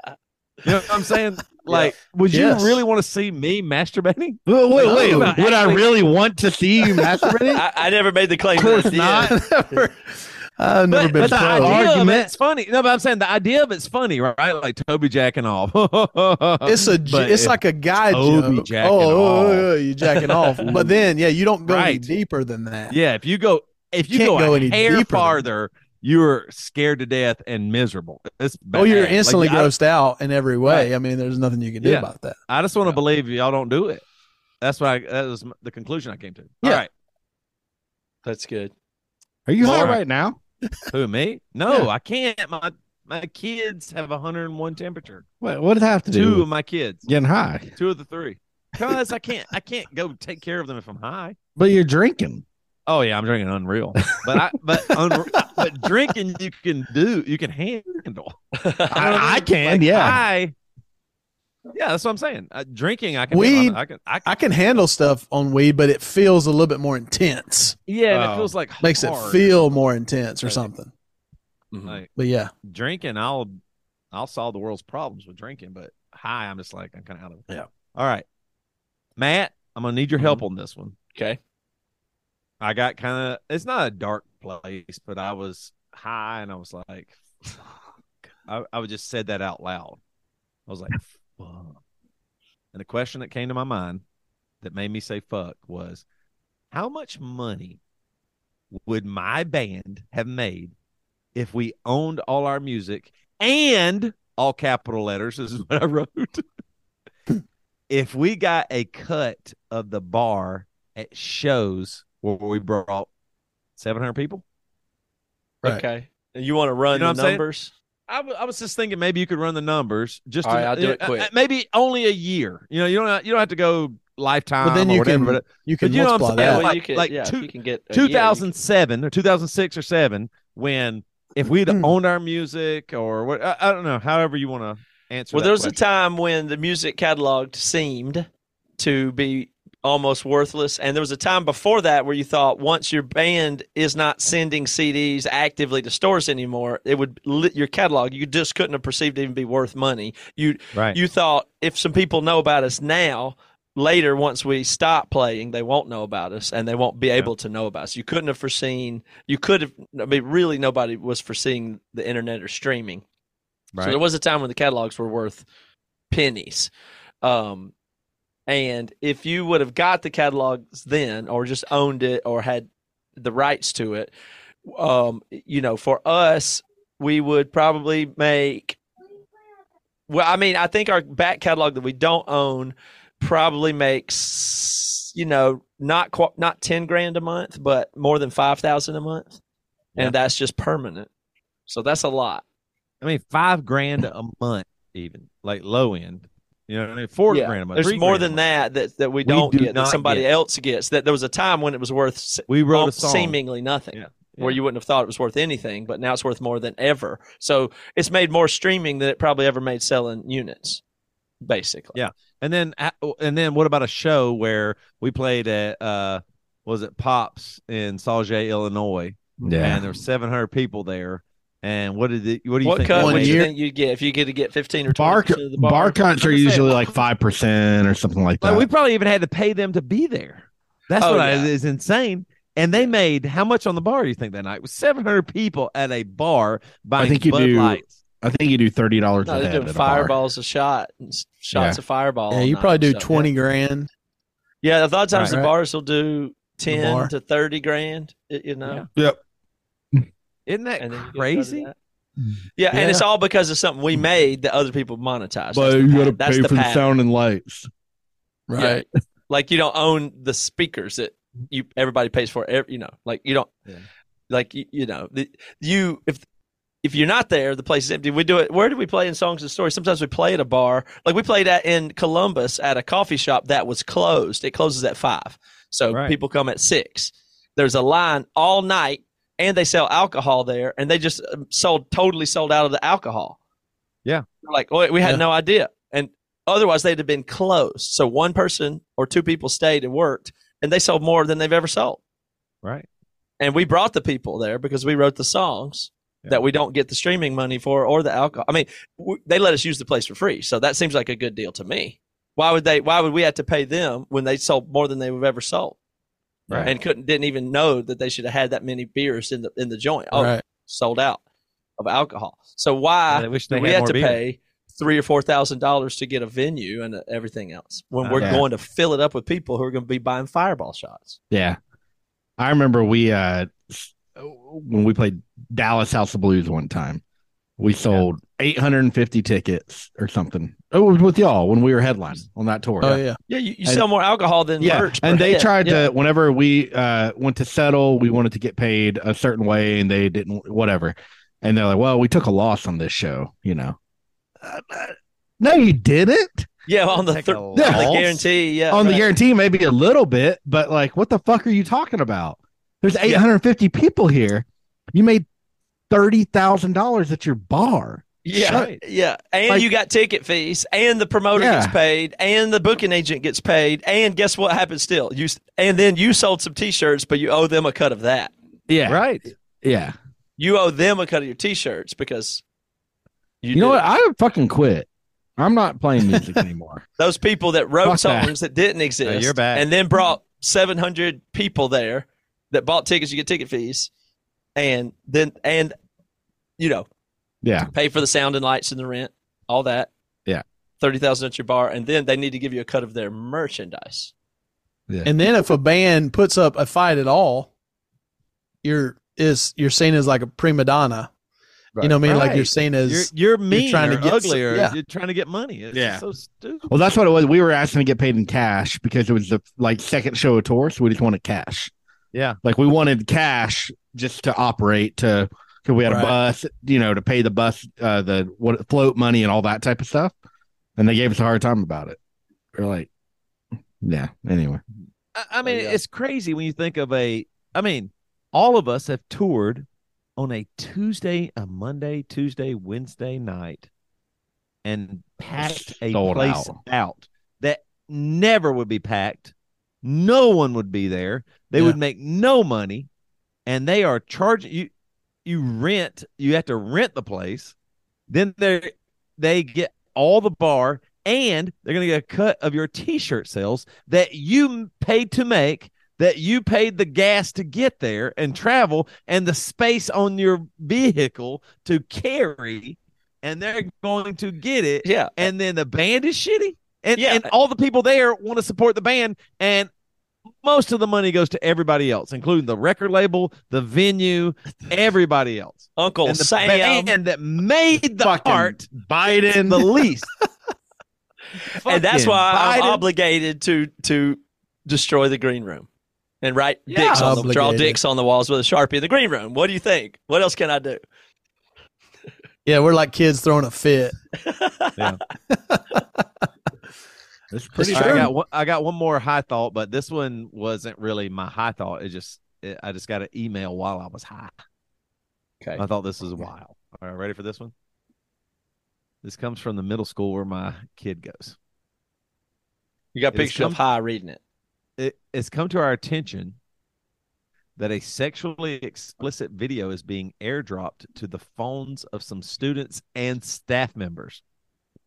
Speaker 3: know what
Speaker 2: [laughs]
Speaker 3: I'm saying? Like, would you
Speaker 2: Yes.
Speaker 3: really want to see me masturbating?
Speaker 4: Wait, wait, wait.
Speaker 3: No,
Speaker 4: Would
Speaker 3: but
Speaker 4: I
Speaker 3: actually-
Speaker 4: really want to see you masturbating?
Speaker 1: [laughs] I, I never made the claim.
Speaker 4: Of course
Speaker 1: that I did.
Speaker 2: [laughs]
Speaker 4: not.
Speaker 2: Never- I've never
Speaker 3: but,
Speaker 2: been
Speaker 3: but the
Speaker 2: pro.
Speaker 3: idea of
Speaker 4: Argument.
Speaker 3: it's funny. No, but I'm saying the idea of it's funny, right? Like Toby jacking [laughs] off.
Speaker 2: It's a j-
Speaker 3: But
Speaker 2: it's
Speaker 3: if-
Speaker 2: like a guy
Speaker 3: Toby
Speaker 2: joke.
Speaker 3: jacking
Speaker 2: oh, oh,
Speaker 3: off.
Speaker 2: oh, oh, you jacking
Speaker 3: [laughs]
Speaker 2: off. But then yeah, you don't go any
Speaker 3: Right.
Speaker 2: deeper than that.
Speaker 3: yeah. If you go, if you
Speaker 2: Can't
Speaker 3: go,
Speaker 2: go
Speaker 3: a
Speaker 2: any deeper
Speaker 3: hair
Speaker 2: than-
Speaker 3: farther, you're scared to death and miserable. It's
Speaker 2: Oh, you're
Speaker 3: bad. Like,
Speaker 2: instantly
Speaker 3: I-
Speaker 2: grossed out in every way. I mean, there's nothing you can do
Speaker 3: Yeah.
Speaker 2: about that.
Speaker 3: I, just want to
Speaker 4: Yeah.
Speaker 3: believe y'all don't do it. That's why I, that was m- the conclusion I came to.
Speaker 2: Yeah.
Speaker 3: All right,
Speaker 1: That's
Speaker 3: [laughs]
Speaker 1: good.
Speaker 4: Are you high
Speaker 3: Alright.
Speaker 4: right now?
Speaker 3: who me? No, I can't. My my kids have 101 temperature.
Speaker 4: What what does that have to do
Speaker 3: Two of
Speaker 4: with
Speaker 3: my kids.
Speaker 4: getting high?
Speaker 3: Two of the three. Cause I can't I can't go take care of them if I'm high.
Speaker 4: But you're drinking.
Speaker 3: Oh yeah, I'm drinking Unreal. But I but unre- but drinking you can do you can handle.
Speaker 4: I, I can,
Speaker 3: Like,
Speaker 4: yeah.
Speaker 3: I, yeah, that's what I'm saying. Uh, drinking I can
Speaker 2: Weed.
Speaker 3: I can I can
Speaker 2: I can handle stuff on weed, but it feels a little bit more intense.
Speaker 3: yeah, and
Speaker 4: Oh.
Speaker 3: it feels like
Speaker 2: Makes it
Speaker 3: hard.
Speaker 2: feel more intense or
Speaker 3: Right.
Speaker 2: something.
Speaker 1: Mhm.
Speaker 3: like
Speaker 2: But yeah,
Speaker 3: drinking I'll I'll solve the world's problems with drinking, but high I'm just like I'm kinda out of it.
Speaker 4: Yeah.
Speaker 3: All right. Matt, I'm gonna need your help on this one.
Speaker 1: Okay.
Speaker 3: I got kind of it's not a dark place, but I was high and I was like, [sighs] fuck. I, I would just said that out loud. I was like, [laughs] fuck. And the question that came to my mind that made me say fuck was how much money would my band have made if we owned all our music and all capital letters is what I wrote. [laughs] if we got a cut of the bar at shows where we brought 700 people.
Speaker 2: Right.
Speaker 1: Okay. And you want to run
Speaker 3: You know what
Speaker 1: the
Speaker 3: I'm saying?
Speaker 1: numbers?
Speaker 3: I wa- I was just thinking maybe you could run the numbers just
Speaker 1: All
Speaker 3: to-
Speaker 1: right, I'll do it
Speaker 3: uh,
Speaker 1: quick.
Speaker 3: uh, maybe only a year. You know, you don't have- you don't have to go lifetime
Speaker 2: but then
Speaker 3: or
Speaker 2: you
Speaker 3: whatever.
Speaker 2: can
Speaker 3: but
Speaker 2: you can
Speaker 3: but you know what I'm
Speaker 2: multiply
Speaker 3: saying?
Speaker 2: that.
Speaker 1: well,
Speaker 3: like-
Speaker 1: you can,
Speaker 3: like
Speaker 1: yeah, if
Speaker 3: two-
Speaker 1: you can get a year, you can-
Speaker 3: 2007 or 2006 or 7 when if we'd
Speaker 2: Hmm.
Speaker 3: owned our music or what I, I don't know, however you want to answer
Speaker 1: Well,
Speaker 3: that
Speaker 1: there was a
Speaker 3: question.
Speaker 1: time when the music catalog seemed to be almost worthless, and there was a time before that where you thought once your band is not sending CDs actively to stores anymore, it would lit your catalog. You just couldn't have perceived to even be worth money. You
Speaker 3: right.
Speaker 1: you thought if some people know about us now. Later, once we stop playing, they won't know about us, and they won't be able to know about us. You couldn't have foreseen. You could have. I mean, really, nobody was foreseeing the internet or streaming. So there was a time when the catalogs were worth pennies. Um, and if you would have got the catalogs then, or just owned it, or had the rights to it, um, you know, for us, we would probably make. Well, I mean, I think our back catalog that we don't own probably makes you know not qu- not ten grand a month, but more than five thousand a month,
Speaker 3: Yeah.
Speaker 1: and that's just permanent. So that's a lot.
Speaker 3: I mean, five grand a month, even like low end. You know, what I mean, four
Speaker 1: Yeah,
Speaker 3: grand a month.
Speaker 1: There's
Speaker 3: three
Speaker 1: more
Speaker 3: grand a
Speaker 1: than that
Speaker 3: month.
Speaker 1: that, that we don't
Speaker 3: do
Speaker 1: get that
Speaker 3: not
Speaker 1: somebody
Speaker 3: get.
Speaker 1: else gets. That there was a time when it was worth s-
Speaker 3: We wrote a
Speaker 1: al-
Speaker 3: song.
Speaker 1: seemingly nothing.
Speaker 3: Yeah.
Speaker 1: where you wouldn't have thought it was worth anything, but now it's worth more than ever. So it's made more streaming than it probably ever made selling units, basically.
Speaker 3: Yeah. And then uh, and then what about a show where we played at uh was it Pops in Sauget, Illinois,
Speaker 4: Yeah.
Speaker 3: and there were 700 people there. And what did it, what do you
Speaker 1: What
Speaker 3: think?
Speaker 1: cut
Speaker 3: that
Speaker 2: one
Speaker 1: would
Speaker 3: went-
Speaker 1: you
Speaker 2: year-
Speaker 1: think you'd get if you get to get fifteen or
Speaker 4: Bar,
Speaker 1: twenty percent of the bar?
Speaker 4: bar cuts are
Speaker 3: I'm just
Speaker 4: usually
Speaker 3: saying-
Speaker 4: like 5% or something like that.
Speaker 3: Like we probably even had to pay them to be there. That's
Speaker 1: Oh,
Speaker 3: what I,
Speaker 1: yeah.
Speaker 3: is insane. And they made how much on the bar? Do you think that night it was 700 people at a bar buying
Speaker 4: think you
Speaker 3: Bud
Speaker 4: do-
Speaker 3: Lights?
Speaker 4: I think you do $30
Speaker 1: no,
Speaker 4: a
Speaker 1: they're
Speaker 4: head.
Speaker 1: doing
Speaker 4: at a bar.
Speaker 1: fireballs a shot, and s- shots of fireball.
Speaker 2: Yeah,
Speaker 1: all
Speaker 2: you
Speaker 1: night,
Speaker 2: probably do
Speaker 1: so, yeah.
Speaker 2: twenty grand.
Speaker 1: Yeah, a lot of times
Speaker 2: Right.
Speaker 1: the bars will do
Speaker 2: bar.
Speaker 1: ten to thirty grand. y- You know,
Speaker 3: Yeah.
Speaker 4: Yep.
Speaker 3: Isn't that
Speaker 1: and then you get to go to
Speaker 3: crazy?
Speaker 1: that. Yeah, and it's all because of something we made that other people monetize. That's the pat- that's the pattern.
Speaker 4: and lights.
Speaker 1: Right.
Speaker 2: [laughs]
Speaker 1: like you don't own the speakers that you everybody pays for ev- you know like you don't
Speaker 3: Yeah.
Speaker 1: like you, you know the, you if if you're not there the place is empty we do it where do we play in songs and stories sometimes we play at a bar like we played at in columbus at a coffee shop that was closed it closes at five so
Speaker 3: Right.
Speaker 1: people come at six there's a line all night and they sell alcohol there and they just um, sold totally sold out of the alcohol
Speaker 3: Yeah.
Speaker 1: They're like "Oh, we had
Speaker 2: Yeah.
Speaker 1: no idea and otherwise they'd have been closed so one person or two people stayed and worked and they sold more than they've ever sold
Speaker 3: Right.
Speaker 1: and we brought the people there because we wrote the songs
Speaker 3: Yeah.
Speaker 1: that we don't get the streaming money for or the alcohol i mean w- they let us use the place for free so that seems like a good deal to me why would they why would we have to pay them when they sold more than they've ever sold
Speaker 3: Right.
Speaker 1: and couldn't didn't even know that they should have had that many beers in the in the joint oh
Speaker 2: Right.
Speaker 1: sold out of alcohol so
Speaker 3: Yeah,
Speaker 1: why
Speaker 3: they wish
Speaker 1: do
Speaker 3: they
Speaker 1: we
Speaker 3: had
Speaker 1: had
Speaker 3: more
Speaker 1: to
Speaker 3: beer.
Speaker 1: pay three or four thousand dollars to get a venue and uh, everything else when
Speaker 3: Uh,
Speaker 1: we're
Speaker 4: yeah.
Speaker 1: going to fill it up with people who are going to be buying fireball shots
Speaker 4: Yeah. I remember we uh s- when we played Dallas House of Blues one time, we sold 850 tickets or something. It was with y'all when we were headline on that tour.
Speaker 2: Oh yeah.
Speaker 1: yeah you, you
Speaker 4: And-
Speaker 1: sell more alcohol than
Speaker 4: Yeah,
Speaker 1: merch per
Speaker 4: and they
Speaker 1: head.
Speaker 4: tried
Speaker 1: Yeah.
Speaker 4: to whenever we uh went to settle, we wanted to get paid a certain way and they didn't whatever. And they're like, "Well, we took a loss on this show, you know." Uh, uh, no, you didn't.
Speaker 1: Yeah, on the,
Speaker 3: Take
Speaker 1: thir-
Speaker 3: a
Speaker 1: on
Speaker 4: Yeah.
Speaker 1: the
Speaker 4: loss.
Speaker 1: guarantee. Yeah,
Speaker 4: on the
Speaker 1: right.
Speaker 4: guarantee maybe a little bit, but like what the fuck are you talking about? There's 850 people here. You made $30,000 at your bar.
Speaker 1: Yeah,
Speaker 3: Right.
Speaker 1: yeah, and
Speaker 4: Like-
Speaker 1: you got ticket fees, and the promoter
Speaker 4: Yeah.
Speaker 1: gets paid, and the booking agent gets paid, and guess what happens? Still, you s- and then you sold some T-shirts, but you owe them a cut of that.
Speaker 4: Yeah.
Speaker 3: Right.
Speaker 4: Yeah.
Speaker 1: You owe them a cut of your T-shirts because you,
Speaker 4: You, know
Speaker 1: did.
Speaker 4: what? I would fucking quit. I'm not
Speaker 1: [laughs]
Speaker 4: playing music anymore.
Speaker 1: Those people that wrote
Speaker 4: Fuck that.
Speaker 1: songs that didn't exist,
Speaker 3: you're back.
Speaker 1: and then brought 700 people there that bought tickets. You get ticket fees, and then and you know
Speaker 4: Yeah.
Speaker 1: pay for the sound and lights and the rent, all that.
Speaker 4: Yeah.
Speaker 1: Thirty thousand at your bar, and then they need to give you a cut of their merchandise.
Speaker 2: And then if a band puts up a fight at all, you're is you're seen as like a prima donna. You know what I mean? Like you're
Speaker 3: Right.
Speaker 2: seen as
Speaker 3: You're, you're mean
Speaker 2: trying to
Speaker 3: or
Speaker 2: get s-
Speaker 3: ugly or
Speaker 2: yeah.
Speaker 3: you're trying to get money. It's just
Speaker 4: Yeah.
Speaker 3: so stupid.
Speaker 4: Well, that's what it was. We were asking to get paid in cash because it was the like second show of tour, so we just wanted cash.
Speaker 3: Yeah.
Speaker 4: Like we wanted cash just to operate to cuz we had
Speaker 2: Right.
Speaker 4: a bus, you know, to pay the bus uh the what float money and all that type of stuff. And they gave us a hard time about it. We are like yeah, anyway.
Speaker 3: I, I mean,
Speaker 1: yeah.
Speaker 3: it's crazy when you think of a. I mean, all of us have toured on a Tuesday, a Monday, Tuesday, Wednesday night, and packed a
Speaker 4: Sold
Speaker 3: place
Speaker 4: out.
Speaker 3: out. that never would be packed. No one would be there. They
Speaker 2: Yeah.
Speaker 3: would make no money, and they are charging you. You rent. You have to rent the place. Then they they get all the bar, and they're gonna get a cut of your T-shirt sales that you m- paid to make, that you paid the gas to get there and travel, and the space on your vehicle to carry, and they're going to get it.
Speaker 1: Yeah,
Speaker 3: And then the band is shitty. And,
Speaker 1: Yeah.
Speaker 3: and all the people there want to support the band, and most of the money goes to everybody else, including the record label, the venue, everybody else.
Speaker 1: Uncle
Speaker 3: and the
Speaker 1: Sam,
Speaker 3: band that made the
Speaker 4: Fucking
Speaker 3: art
Speaker 4: Biden
Speaker 3: the [laughs] least.
Speaker 1: and that's
Speaker 3: Fucking
Speaker 1: why I'm
Speaker 3: Biden.
Speaker 1: obligated to to destroy the green room and write
Speaker 3: Yeah.
Speaker 1: dicks on the, draw
Speaker 2: Obligated.
Speaker 1: dicks on the walls with a sharpie in the green room. What do you think? What else can I do?
Speaker 2: yeah, we're like kids throwing a fit.
Speaker 4: It's
Speaker 2: pretty
Speaker 3: All right,
Speaker 4: pretty
Speaker 2: true.
Speaker 3: I got one, I got one more high thought, but this one wasn't really my high thought. It just it, I just got an email while I was high.
Speaker 1: Okay.
Speaker 3: I thought this was wild. All right, ready for this one? This comes from the middle school where my kid goes.
Speaker 1: You got a
Speaker 3: It has
Speaker 1: picture of
Speaker 3: come-
Speaker 1: high reading it.
Speaker 3: it, it's come to our attention that a sexually explicit video is being airdropped to the phones of some students and staff members.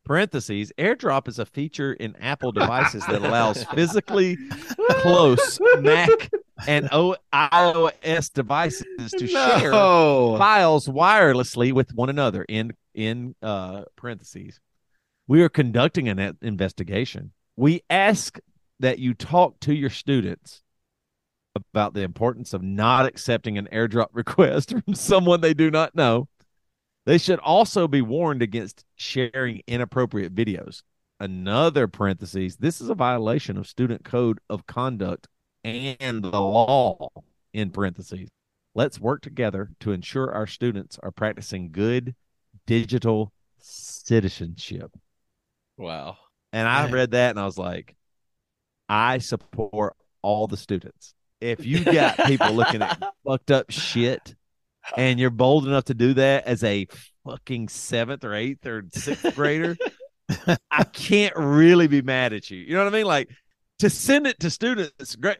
Speaker 3: Parentheses, airdrop is a feature in Apple devices that allows physically [laughs] close Mac and o- iOS devices to share
Speaker 4: No.
Speaker 3: files wirelessly with one another in in uh, parentheses we are conducting an a- investigation we ask that you talk to your students about the importance of not accepting an airdrop [laughs] request from someone they do not know they should also be warned against sharing inappropriate videos another parentheses this is a violation of student code of conduct and the law in parentheses Let's work together to ensure our students are practicing good digital citizenship.
Speaker 1: Wow.
Speaker 3: And I
Speaker 2: Man.
Speaker 3: read that and I was like, I support all the students. If you got people
Speaker 1: [laughs]
Speaker 3: looking at fucked up shit and you're bold enough to do that as a fucking seventh or eighth or
Speaker 1: [laughs]
Speaker 3: sixth grader, I can't really be mad at you. You know what I mean? Like to send it to students, great.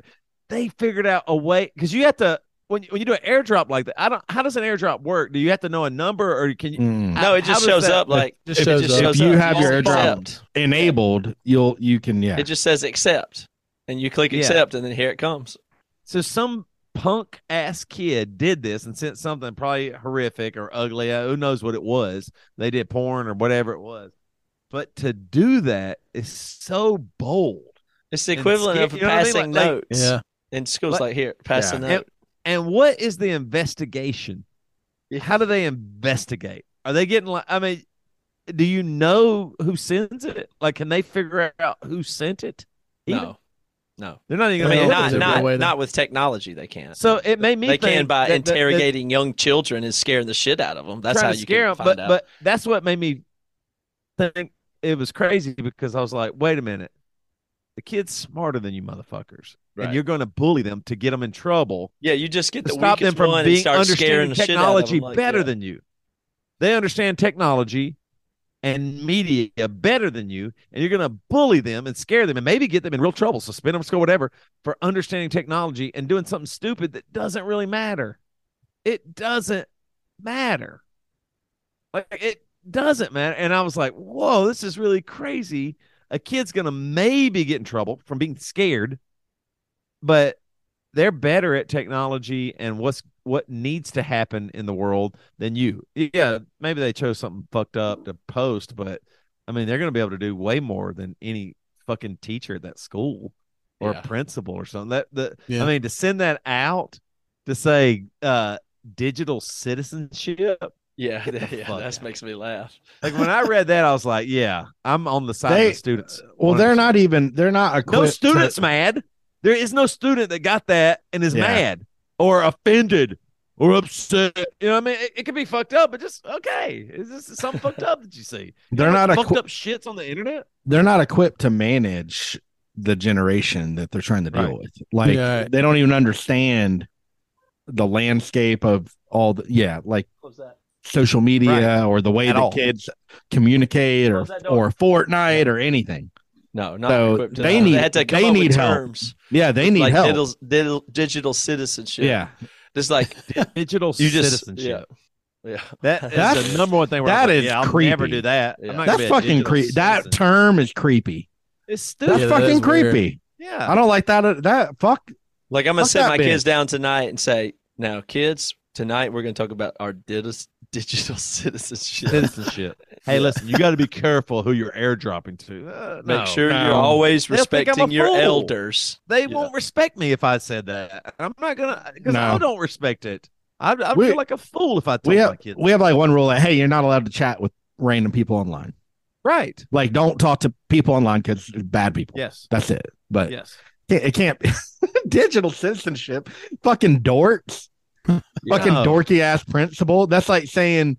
Speaker 3: They figured out a way because you have to when you, when you do an airdrop like that. I don't. How does an airdrop work? Do you have to know a number or can you?
Speaker 4: Mm.
Speaker 1: No, it
Speaker 3: How
Speaker 1: just
Speaker 3: does
Speaker 1: shows
Speaker 3: that-
Speaker 1: up like
Speaker 2: Just
Speaker 1: it
Speaker 2: shows
Speaker 3: uh,
Speaker 1: just
Speaker 2: up.
Speaker 1: shows
Speaker 4: If you
Speaker 1: up.
Speaker 4: have your
Speaker 1: Accept.
Speaker 4: Enabled, you'll you can yeah.
Speaker 1: It just says accept, and you click
Speaker 3: Yeah.
Speaker 1: accept, and then here it comes.
Speaker 3: So some punk ass kid did this and sent something probably horrific or ugly. uh, Who knows what it was? They did porn or whatever it was. But to do that is so bold.
Speaker 1: It's the
Speaker 3: And
Speaker 1: equivalent
Speaker 3: sca-
Speaker 1: of
Speaker 3: you know what I mean?
Speaker 1: passing
Speaker 3: Like- like-
Speaker 1: notes
Speaker 2: Yeah.
Speaker 1: in schools.
Speaker 3: Like-
Speaker 1: like here, pass a
Speaker 4: Yeah.
Speaker 1: note.
Speaker 3: And what is the investigation? How do they investigate? Are they getting like? I mean, do you know who sends it? Like, can they figure out who sent it? Even-
Speaker 1: No, no.
Speaker 3: they're not
Speaker 1: I
Speaker 2: know,
Speaker 3: even.
Speaker 1: mean,
Speaker 3: gonna look
Speaker 1: not
Speaker 2: there's
Speaker 3: at
Speaker 2: a
Speaker 1: not,
Speaker 2: real way to-
Speaker 1: not with technology. They can't.
Speaker 3: it. So it made me.
Speaker 1: they can
Speaker 3: think
Speaker 1: by
Speaker 3: that- that- that-
Speaker 1: interrogating young children and scaring the shit out of them. That's
Speaker 3: trying
Speaker 1: how
Speaker 3: to
Speaker 1: you
Speaker 3: scare
Speaker 1: can
Speaker 3: 'em,
Speaker 1: find
Speaker 3: but
Speaker 1: out.
Speaker 3: but that's what made me think it was crazy because I was like, wait a minute, the kid's smarter than you motherfuckers,
Speaker 1: Right.
Speaker 3: and you're going to bully them to get them in trouble
Speaker 1: yeah, you just get
Speaker 3: to
Speaker 1: the
Speaker 3: stop them
Speaker 1: weakest one
Speaker 3: from
Speaker 1: and
Speaker 3: being
Speaker 1: start scaring
Speaker 3: understanding
Speaker 1: the shit out of
Speaker 3: technology
Speaker 1: them, like,
Speaker 3: better
Speaker 1: yeah.
Speaker 3: than you. They understand technology and media better than you, and you're going to bully them and scare them and maybe get them in real trouble, suspend them, score whatever, for understanding technology and doing something stupid that doesn't really matter. It doesn't matter. Like it doesn't matter. And I was like, whoa, this is really crazy. A kid's gonna maybe get in trouble from being scared, but they're better at technology and what's what needs to happen in the world than you. Yeah, maybe they chose something fucked up to post, but I mean they're gonna be able to do way more than any fucking teacher at that school or
Speaker 1: Yeah.
Speaker 3: principal or something. That the
Speaker 2: Yeah.
Speaker 3: I mean to send that out to say uh digital citizenship
Speaker 1: [laughs]
Speaker 3: [laughs]
Speaker 1: Yeah,
Speaker 3: Get the
Speaker 1: yeah,
Speaker 3: fuck
Speaker 1: that
Speaker 3: out.
Speaker 1: makes me laugh.
Speaker 3: like when I read that, I was like, "Yeah, I'm on the side of
Speaker 4: They-
Speaker 3: the students."
Speaker 4: well, they're not even they're not equipped.
Speaker 3: No
Speaker 4: to-
Speaker 3: students mad. There is no student that got that and is
Speaker 4: Yeah.
Speaker 3: mad or offended or upset. You know, what I mean, it, it could be fucked up, but just okay. It's just something fucked up that you see.
Speaker 4: They're
Speaker 3: You know
Speaker 4: not
Speaker 3: fucked
Speaker 4: equi-
Speaker 3: up shits on the internet.
Speaker 4: they're not equipped to manage the generation that they're trying to deal
Speaker 3: Right.
Speaker 4: with. Like
Speaker 2: Yeah.
Speaker 4: they don't even understand the landscape of all the yeah, like
Speaker 1: Close that.
Speaker 4: social media or the way
Speaker 3: At
Speaker 4: the
Speaker 3: all.
Speaker 4: kids communicate or
Speaker 1: Close that door.
Speaker 4: or Fortnite or anything.
Speaker 1: No, not
Speaker 4: So
Speaker 1: equipped to
Speaker 4: they
Speaker 1: that.
Speaker 4: need-
Speaker 1: had to come
Speaker 4: they
Speaker 1: up with
Speaker 4: need help.
Speaker 1: terms
Speaker 4: Yeah, they need
Speaker 1: like
Speaker 4: help.
Speaker 1: digital, digital, digital citizenship.
Speaker 4: yeah.
Speaker 1: just like
Speaker 3: Digital
Speaker 1: you just
Speaker 3: citizenship.
Speaker 1: yeah, yeah.
Speaker 3: That is
Speaker 4: That's-
Speaker 3: the number one thing. Where
Speaker 4: that
Speaker 3: I'm like,
Speaker 4: is
Speaker 3: yeah, I'll never
Speaker 4: creepy.
Speaker 3: do that.
Speaker 1: Yeah.
Speaker 3: I'm not gonna
Speaker 4: That's
Speaker 3: be a
Speaker 4: fucking
Speaker 3: digital
Speaker 4: creepy. That
Speaker 3: citizen.
Speaker 4: term is creepy.
Speaker 3: It's
Speaker 4: [laughs] That's
Speaker 3: stupid.
Speaker 2: Yeah, that
Speaker 4: fucking
Speaker 2: is weird.
Speaker 4: creepy.
Speaker 3: yeah.
Speaker 4: I don't like that. That fuck.
Speaker 1: Like I'm gonna
Speaker 4: Fuck
Speaker 1: sit
Speaker 4: that
Speaker 1: my kids down tonight and say, "Now, kids, tonight we're gonna talk about our digi- digital [laughs] citizenship.
Speaker 3: citizenship. Hey, listen, you got to be careful who you're airdropping to. Uh,
Speaker 1: [laughs] Make
Speaker 3: no.
Speaker 1: sure
Speaker 4: no.
Speaker 1: you're always
Speaker 3: They'll think I'm a
Speaker 1: respecting your
Speaker 3: fool.
Speaker 1: elders."
Speaker 3: they
Speaker 1: Yeah.
Speaker 3: won't respect me if I said that. I'm not gonna because I
Speaker 4: No.
Speaker 3: don't respect it. I, I
Speaker 4: We-
Speaker 3: feel like a fool if I told
Speaker 4: We
Speaker 3: my
Speaker 4: have
Speaker 3: kids.
Speaker 4: we have like one rule like, hey, you're not allowed to chat with random people online.
Speaker 3: right?
Speaker 4: Like, don't talk to people online because bad people.
Speaker 3: Yes.
Speaker 4: That's it. But
Speaker 3: Yes.
Speaker 4: can't- it can't [laughs] be digital citizenship. Fucking dorks. Fucking
Speaker 3: No.
Speaker 4: dorky ass principle. That's like saying,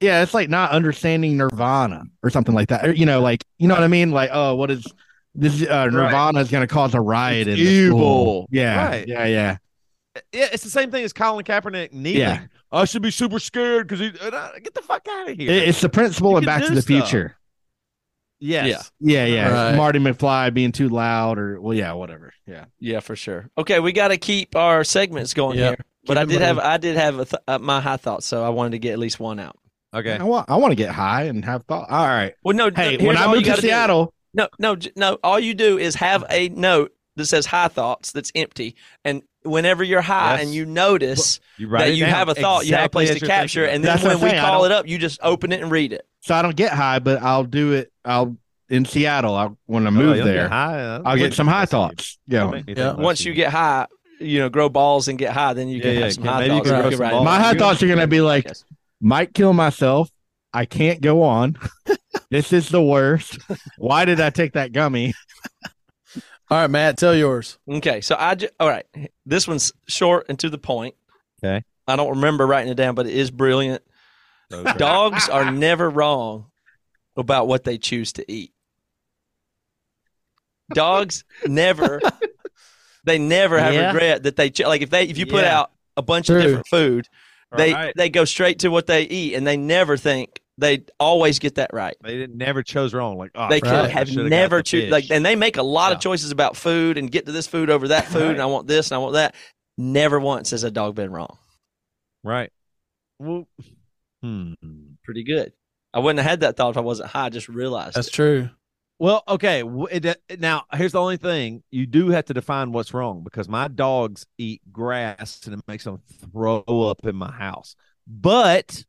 Speaker 4: yeah, it's like not understanding Nirvana or something like that. Or, you know, like you know what I mean. Like, oh, what is this? Uh, Nirvana is going to cause a riot
Speaker 3: It's
Speaker 4: in the
Speaker 3: evil.
Speaker 4: school. Yeah,
Speaker 3: Right.
Speaker 4: yeah, yeah.
Speaker 3: yeah, it's the same thing as Colin Kaepernick kneeling.
Speaker 4: Yeah.
Speaker 3: I should be super scared because he and I- get the fuck out of here.
Speaker 4: It- It's the principle
Speaker 3: You
Speaker 4: and
Speaker 3: can
Speaker 4: Back to
Speaker 3: do
Speaker 4: the
Speaker 3: stuff.
Speaker 4: Future.
Speaker 3: yes.
Speaker 1: Yeah.
Speaker 4: Yeah, yeah.
Speaker 2: Right.
Speaker 4: Marty McFly being too loud, or well, yeah, whatever. Yeah.
Speaker 1: Yeah, for sure. Okay, we got to keep our segments going
Speaker 2: Yep.
Speaker 1: here. But
Speaker 2: Keep
Speaker 1: I
Speaker 2: it
Speaker 1: did
Speaker 2: moving.
Speaker 1: have I did have a th- uh, my high thoughts, so I wanted to get at least one out.
Speaker 3: Okay.
Speaker 4: I want I want to get high and have thought. All right.
Speaker 1: Well, no.
Speaker 4: Hey,
Speaker 1: no, here's
Speaker 4: when I
Speaker 1: all
Speaker 4: moved
Speaker 1: you
Speaker 4: to
Speaker 1: gotta do.
Speaker 4: Seattle,
Speaker 1: no, no, j- no. All you do is have a note that says high thoughts that's empty, and whenever you're high
Speaker 3: Yes.
Speaker 1: and you notice
Speaker 3: You
Speaker 1: that you have a thought, you have a place to capture, and then
Speaker 4: That's what
Speaker 1: when
Speaker 4: I'm
Speaker 1: we
Speaker 4: saying, I
Speaker 1: call
Speaker 4: don't-
Speaker 1: it up, you just open it and read it.
Speaker 4: so I don't get high, but I'll do it. I'll in Seattle. I'll when I
Speaker 3: Oh,
Speaker 4: move there, I'll get some high thoughts. Yeah.
Speaker 2: Yeah.
Speaker 1: Once you get high, you know, grow balls and get high, then you
Speaker 3: Yeah,
Speaker 1: can
Speaker 3: yeah,
Speaker 1: have some
Speaker 3: can-
Speaker 1: high
Speaker 3: maybe you
Speaker 1: thoughts.
Speaker 2: can grow
Speaker 1: can
Speaker 3: some
Speaker 1: write-
Speaker 3: balls.
Speaker 4: My high
Speaker 3: you-
Speaker 4: thoughts are gonna be like,
Speaker 1: Yes.
Speaker 4: might kill myself. I can't go [laughs] on. this is the worst. Why did I take that [laughs] gummy?
Speaker 2: All right, Matt, tell yours.
Speaker 1: Okay, so I ju- all right. This one's short and to the point.
Speaker 3: Okay.
Speaker 1: I don't remember writing it down, but it is brilliant. [laughs] Dogs
Speaker 3: [laughs]
Speaker 1: are never wrong about what they choose to eat. Dogs never, they never have
Speaker 4: Yeah.
Speaker 1: regret that they ch- like if they if you put
Speaker 3: Yeah.
Speaker 1: out a bunch
Speaker 2: True.
Speaker 1: of different food, they
Speaker 3: Right.
Speaker 1: they go straight to what they eat and they never think they always get that right.
Speaker 3: They didn't never chose wrong. Like oh,
Speaker 1: They
Speaker 3: fuck,
Speaker 1: could
Speaker 2: Right.
Speaker 3: I
Speaker 1: have
Speaker 3: should've got
Speaker 1: never
Speaker 3: the
Speaker 1: choose
Speaker 3: fish.
Speaker 1: like, and they make a lot
Speaker 3: Yeah.
Speaker 1: of choices about food and get to this food over that food,
Speaker 3: Right.
Speaker 1: and I want this and I want that. Never once has a dog been wrong.
Speaker 3: right. Well, hmm.
Speaker 1: Pretty good. I wouldn't have had that thought if I wasn't high. I just realized.
Speaker 2: That's
Speaker 1: it.
Speaker 2: true.
Speaker 3: Well, okay. w- it- it- Now, here's the only thing you do have to define what's wrong because my dogs eat grass and it makes them throw up in my house. But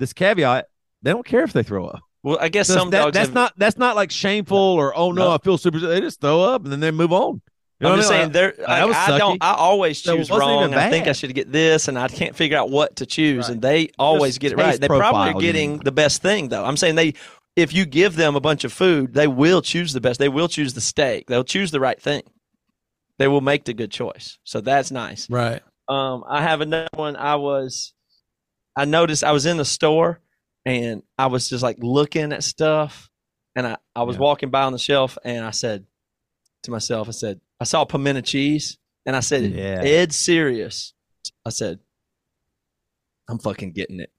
Speaker 3: this caveat, they don't care if they throw up.
Speaker 1: Well, I guess
Speaker 3: So
Speaker 1: some
Speaker 3: that-
Speaker 1: dogs.
Speaker 3: that's
Speaker 1: have-
Speaker 3: not that's not like shameful or oh no,
Speaker 1: No.
Speaker 3: I feel super. They just throw up and then they move on. You know
Speaker 1: I'm just
Speaker 3: what I
Speaker 1: saying
Speaker 3: mean?
Speaker 1: there.
Speaker 3: that
Speaker 1: I,
Speaker 3: was
Speaker 1: I don't.
Speaker 3: sucky.
Speaker 1: I always
Speaker 3: So it
Speaker 1: choose
Speaker 3: wasn't even
Speaker 1: wrong. and I think I
Speaker 3: bad.
Speaker 1: should get this, and I can't figure out what to choose.
Speaker 3: Right.
Speaker 1: And they always get it right.
Speaker 3: taste
Speaker 1: They probably
Speaker 3: profile,
Speaker 1: are
Speaker 3: you
Speaker 1: getting
Speaker 3: mean.
Speaker 1: the best thing though. I'm saying they, if you give them a bunch of food, they will choose the best. They will choose the steak. They'll choose the right thing. They will make the good choice. So that's nice.
Speaker 2: Right.
Speaker 1: Um, I have another one. I was, I noticed I was in the store and I was just like looking at stuff. And I, I was
Speaker 3: Yeah.
Speaker 1: walking by on the shelf and I said to myself, I said, I saw pimento cheese and I said,
Speaker 3: Yeah.
Speaker 1: Ed serious. I said, I'm fucking getting it.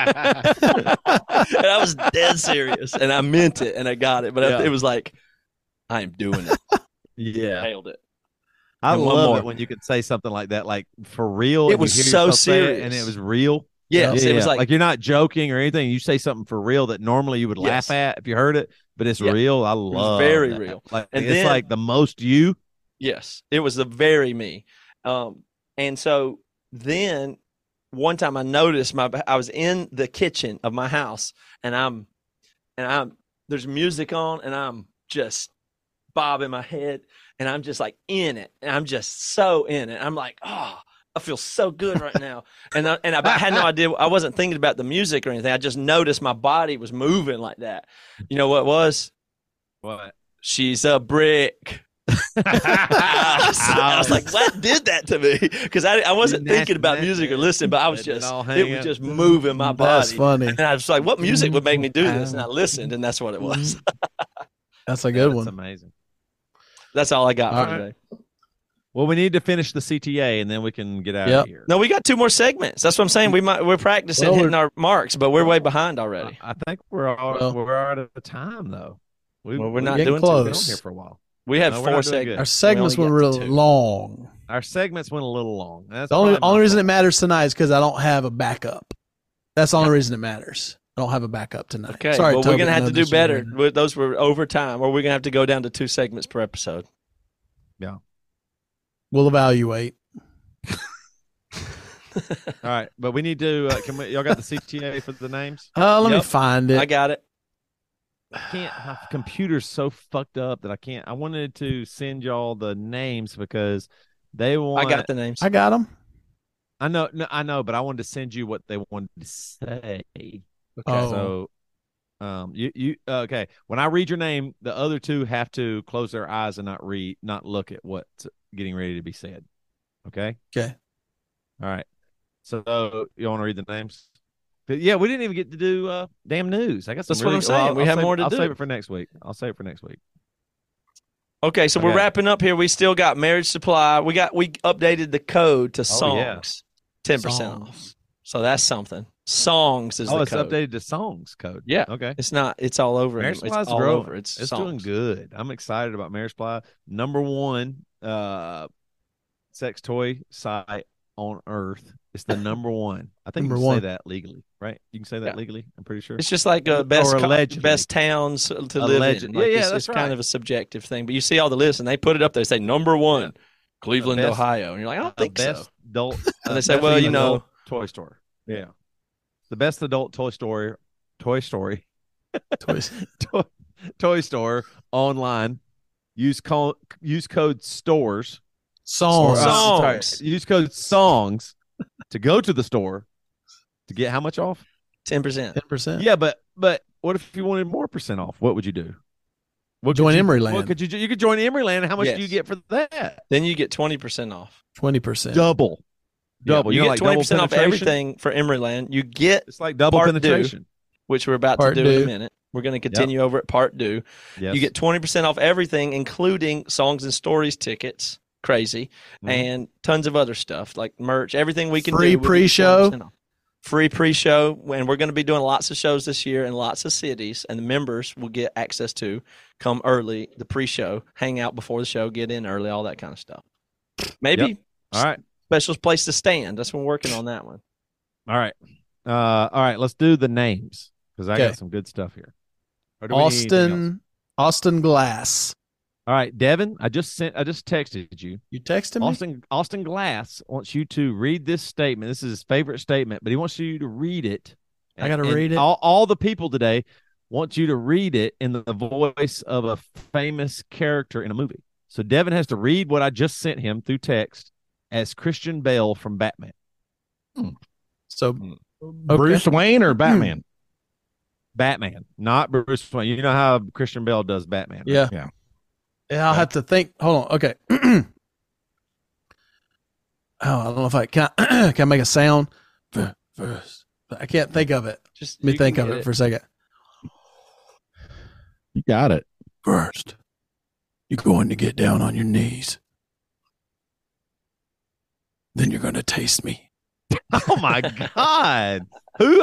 Speaker 3: [laughs]
Speaker 1: And I was dead serious and I meant it and I got it. But I,
Speaker 3: Yeah.
Speaker 1: it was like, I am doing it.
Speaker 3: yeah,
Speaker 1: Nailed it.
Speaker 3: I
Speaker 1: And one
Speaker 3: love
Speaker 1: more.
Speaker 3: it when you can say something like that, like for real.
Speaker 1: It
Speaker 3: and you
Speaker 1: was
Speaker 3: hear
Speaker 1: so
Speaker 3: yourself say it and
Speaker 1: serious.
Speaker 3: it was real.
Speaker 1: Yes.
Speaker 3: Yeah,
Speaker 1: It was
Speaker 3: yeah.
Speaker 1: like,
Speaker 3: you're not joking or anything. You say something for real that normally you would
Speaker 1: Yes.
Speaker 3: laugh at if you heard it, but it's
Speaker 1: Yeah.
Speaker 3: real. I love
Speaker 1: very
Speaker 3: that.
Speaker 1: real.
Speaker 3: Like
Speaker 1: And
Speaker 3: it's
Speaker 1: then-
Speaker 3: like the most you.
Speaker 1: Yes, it was the very me. Um, and so then one time I noticed my I was in the kitchen of my house and I'm and I'm there's music on and I'm just bobbing my head and I'm just like in it and I'm just so in it. I'm like, oh, I feel so good right now. and I, and I, I had no idea. I wasn't thinking about the music or anything. I just noticed my body was moving like that. You know what it was?
Speaker 3: [laughs] What?
Speaker 1: She's a brick. I was, [laughs] I was like, what did that to me? Because I, I wasn't
Speaker 3: Didn't ask
Speaker 1: thinking about
Speaker 3: that,
Speaker 1: music or
Speaker 3: man.
Speaker 1: listening, but I was
Speaker 3: Let it
Speaker 1: just,
Speaker 3: all
Speaker 1: it
Speaker 3: hang
Speaker 1: was
Speaker 3: out.
Speaker 1: just moving my
Speaker 2: That's
Speaker 1: body.
Speaker 2: funny.
Speaker 1: And I was like, what music would make me do this? And I listened, and that's what it was.
Speaker 2: That's a good
Speaker 3: That's
Speaker 2: one.
Speaker 3: amazing.
Speaker 1: [laughs] That's all I got
Speaker 2: All
Speaker 1: for
Speaker 2: right.
Speaker 1: today.
Speaker 3: Well, we need to finish the CTA and then we can get out
Speaker 2: Yep.
Speaker 3: of here.
Speaker 1: No, we got two more segments. That's what I'm saying. We might we're practicing
Speaker 2: Well, we're-
Speaker 1: hitting our marks, but we're way behind
Speaker 3: I,
Speaker 1: already.
Speaker 3: I think we're all
Speaker 2: Well-
Speaker 3: we're out of time though. We,
Speaker 1: Well, we're
Speaker 3: we-
Speaker 1: not
Speaker 3: we've
Speaker 2: Getting
Speaker 3: been on
Speaker 2: close.
Speaker 3: here for a while.
Speaker 1: We have
Speaker 3: No, we're
Speaker 1: four
Speaker 3: not doing good.
Speaker 1: segments.
Speaker 2: Our segments
Speaker 1: We only
Speaker 2: were real
Speaker 1: got two.
Speaker 2: long.
Speaker 3: Our segments went a little long. That's
Speaker 2: The only,
Speaker 3: probably my
Speaker 2: only reason it
Speaker 3: fault.
Speaker 2: matters tonight is because I don't have a backup. That's
Speaker 1: [laughs]
Speaker 2: the only reason it matters. I don't have a backup tonight.
Speaker 1: Okay,
Speaker 2: Sorry,
Speaker 1: well, we're
Speaker 2: Toby,
Speaker 1: gonna have
Speaker 2: no
Speaker 1: to do
Speaker 2: this year.
Speaker 1: better. We- Those were over time, or we're gonna have to go down to two segments per episode.
Speaker 2: We'll evaluate.
Speaker 3: All right, but we need to. Uh, can we, y'all got the CTA for the names?
Speaker 2: Uh, let me
Speaker 1: Yep.
Speaker 2: find
Speaker 1: I
Speaker 2: it.
Speaker 1: got it.
Speaker 3: I can't. My computer's so fucked up that I can't. I wanted to send y'all the names because they
Speaker 1: I
Speaker 3: want.
Speaker 1: got the names.
Speaker 2: I got them.
Speaker 3: I know. No, I know, but I wanted to send you what they wanted to say. Okay.
Speaker 2: Oh.
Speaker 3: So, um, you you okay? When I read your name, the other two have to close their eyes and not read, not look at what's getting ready to be said. Okay.
Speaker 2: Okay.
Speaker 3: All right. So you want to read the names? But yeah, we didn't even get to do uh, damn news. I guess
Speaker 1: That's what I'm saying. We have
Speaker 3: save,
Speaker 1: more to
Speaker 3: I'll
Speaker 1: do.
Speaker 3: save it for next week. I'll save it for next week.
Speaker 1: Okay, so we're
Speaker 3: Okay.
Speaker 1: wrapping up here. We still got Marriage Supply. We got we updated the code to
Speaker 3: Oh, yeah.
Speaker 1: songs. Ten percent off.
Speaker 2: Songs.
Speaker 1: So that's something. Songs is
Speaker 3: oh,
Speaker 1: the
Speaker 3: it's
Speaker 1: code.
Speaker 3: updated to songs code.
Speaker 1: Yeah.
Speaker 3: Okay.
Speaker 1: It's not. It's all over.
Speaker 3: Marriage
Speaker 1: anyway.
Speaker 3: Supply's
Speaker 1: It's all
Speaker 3: growing.
Speaker 1: over. It's,
Speaker 3: It's doing
Speaker 1: songs.
Speaker 3: good. I'm excited about Marriage Supply. Number one uh sex toy site on earth. It's the number one. I think
Speaker 2: Number
Speaker 3: you can
Speaker 2: one.
Speaker 3: say that legally, right? You can say that
Speaker 1: Yeah.
Speaker 3: legally, I'm pretty sure.
Speaker 1: It's just like uh,
Speaker 3: Or
Speaker 1: best co-
Speaker 3: allegedly.
Speaker 1: best towns to live in.
Speaker 3: Alleged-
Speaker 1: Like,
Speaker 3: yeah, yeah,
Speaker 1: it's,
Speaker 3: that's
Speaker 1: it's kind
Speaker 3: right.
Speaker 1: of a subjective thing. But you see all the lists, and they put it up there. They say number one, Cleveland,
Speaker 3: The best-
Speaker 1: Ohio, and you're like, I don't
Speaker 3: the
Speaker 1: think
Speaker 3: best
Speaker 1: so.
Speaker 3: adult
Speaker 1: [laughs] And
Speaker 3: uh,
Speaker 1: they say,
Speaker 3: best
Speaker 1: well, you
Speaker 3: adult
Speaker 1: know,
Speaker 3: toy store. Yeah. The best adult toy store toy story [laughs]
Speaker 2: [laughs] Toys.
Speaker 3: toy, toy store online. Use co- use code stores
Speaker 2: Songs.
Speaker 3: Uh,
Speaker 1: Songs.
Speaker 3: sorry, use code songs to go to the store to get how much off?
Speaker 1: ten percent.
Speaker 2: 10%.
Speaker 3: Yeah, but but what if you wanted more percent off? What would you do? What
Speaker 2: Join
Speaker 3: could you-
Speaker 2: Emoryland.
Speaker 3: What could you do? You could join Emeryland. How much
Speaker 1: Yes.
Speaker 3: do you get for that?
Speaker 1: Then you get twenty percent off.
Speaker 2: 20%.
Speaker 3: Double. Double.
Speaker 1: You,
Speaker 3: know,
Speaker 1: get
Speaker 3: like double
Speaker 1: twenty percent off
Speaker 3: penetration?
Speaker 1: everything for Emeryland. You get
Speaker 3: It's like double
Speaker 1: Part due.
Speaker 3: penetration.
Speaker 1: which we're about
Speaker 2: Part
Speaker 1: to do in
Speaker 2: due.
Speaker 1: a minute. We're going to continue over at part due.
Speaker 3: Yes.
Speaker 1: You get 20% off everything, including songs and stories tickets. Crazy.
Speaker 3: Mhm.
Speaker 1: And tons of other stuff like merch, everything we can
Speaker 2: Free
Speaker 1: do. we get
Speaker 2: pre-show.
Speaker 1: 20% off. Free pre show. And we're going to be doing lots of shows this year in lots of cities. And the members will get access to come early, the pre show, hang out before the show, get in early, all that kind of stuff. Maybe
Speaker 3: all right.
Speaker 1: special place to stand. That's what we're working on that one.
Speaker 3: All right. Uh, all right. Let's do the names because I
Speaker 2: Okay.
Speaker 3: got some good stuff here. Or do we need anything else?
Speaker 2: Austin. Austin Glass.
Speaker 3: All right, Devin. I just sent. I just texted you.
Speaker 2: You texted me?
Speaker 3: Austin Austin Glass wants you to read this statement. This is his favorite statement, but he wants you to read it.
Speaker 2: I gotta
Speaker 3: And-
Speaker 2: read it?
Speaker 3: All, all the people today want you to read it in the voice of a famous character in a movie. So Devin has to read what I just sent him through text as Christian Bale from Batman.
Speaker 2: So,
Speaker 4: Bruce Wayne or Batman?
Speaker 3: Batman, not Bruce Wayne. You know how Christian Bale does Batman. right?
Speaker 2: yeah.
Speaker 4: Yeah.
Speaker 2: Yeah, I'll have to think. Hold on. Okay. [clears throat] oh, I don't know if I can. can I [clears throat] make a sound? Fir- First. I can't think of it.
Speaker 1: Just
Speaker 2: Let me
Speaker 1: you can
Speaker 2: think of
Speaker 1: get
Speaker 2: it, for a second.
Speaker 4: You got it.
Speaker 2: First, you're going to get down on your knees. Then you're going to taste me.
Speaker 3: [laughs] Oh my God. Who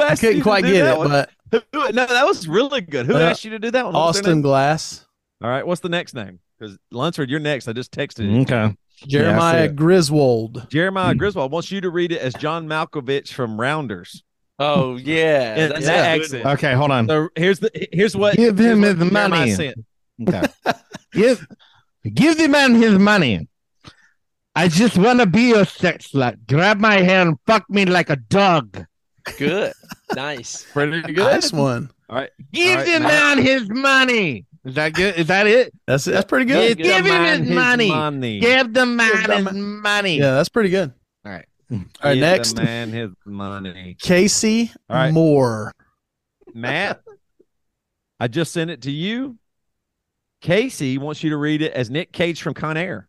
Speaker 2: [laughs] I
Speaker 3: asked you
Speaker 2: couldn't
Speaker 3: to
Speaker 2: quite
Speaker 3: do
Speaker 2: get
Speaker 3: that
Speaker 2: it,
Speaker 3: one?
Speaker 2: but
Speaker 3: Who- no, that was really good. Who
Speaker 2: Uh,
Speaker 3: asked you to do that one? What's their name?
Speaker 2: Austin Glass,
Speaker 3: All right. What's the next name? Because Lunsford, you're next. I just texted you.
Speaker 4: Mm, Okay.
Speaker 2: Jeremiah
Speaker 4: it.
Speaker 2: Griswold.
Speaker 3: Jeremiah Griswold wants you to read it as John Malkovich from Rounders.
Speaker 1: Oh, yeah.
Speaker 3: In
Speaker 1: That's
Speaker 3: that
Speaker 1: a good
Speaker 3: accent.
Speaker 1: one.
Speaker 4: Okay. Hold on.
Speaker 3: So here's the here's what
Speaker 4: Give
Speaker 3: here's
Speaker 4: him
Speaker 3: what
Speaker 4: his
Speaker 3: Jeremiah
Speaker 4: money.
Speaker 3: sent.
Speaker 4: [laughs] Okay. give give the man his money. I just wanna be a sex slut. Grab my hair and fuck me like a dog.
Speaker 1: [laughs] Good. nice.
Speaker 4: Pretty
Speaker 2: Nice one.
Speaker 3: All right.
Speaker 4: Give
Speaker 3: All right,
Speaker 4: the
Speaker 3: now-
Speaker 4: man his money. Is that good? Is that it?
Speaker 2: That's that's pretty good.
Speaker 4: Give him his money. Give the man
Speaker 2: the
Speaker 4: his
Speaker 2: ma-
Speaker 4: money.
Speaker 2: Yeah, that's pretty good.
Speaker 4: All right.
Speaker 2: All right,
Speaker 3: Give
Speaker 2: next
Speaker 3: the man his money.
Speaker 2: Casey
Speaker 3: All right.
Speaker 2: Moore.
Speaker 3: Matt, I just sent it to you. Casey wants you to read it as Nick Cage from Con Air.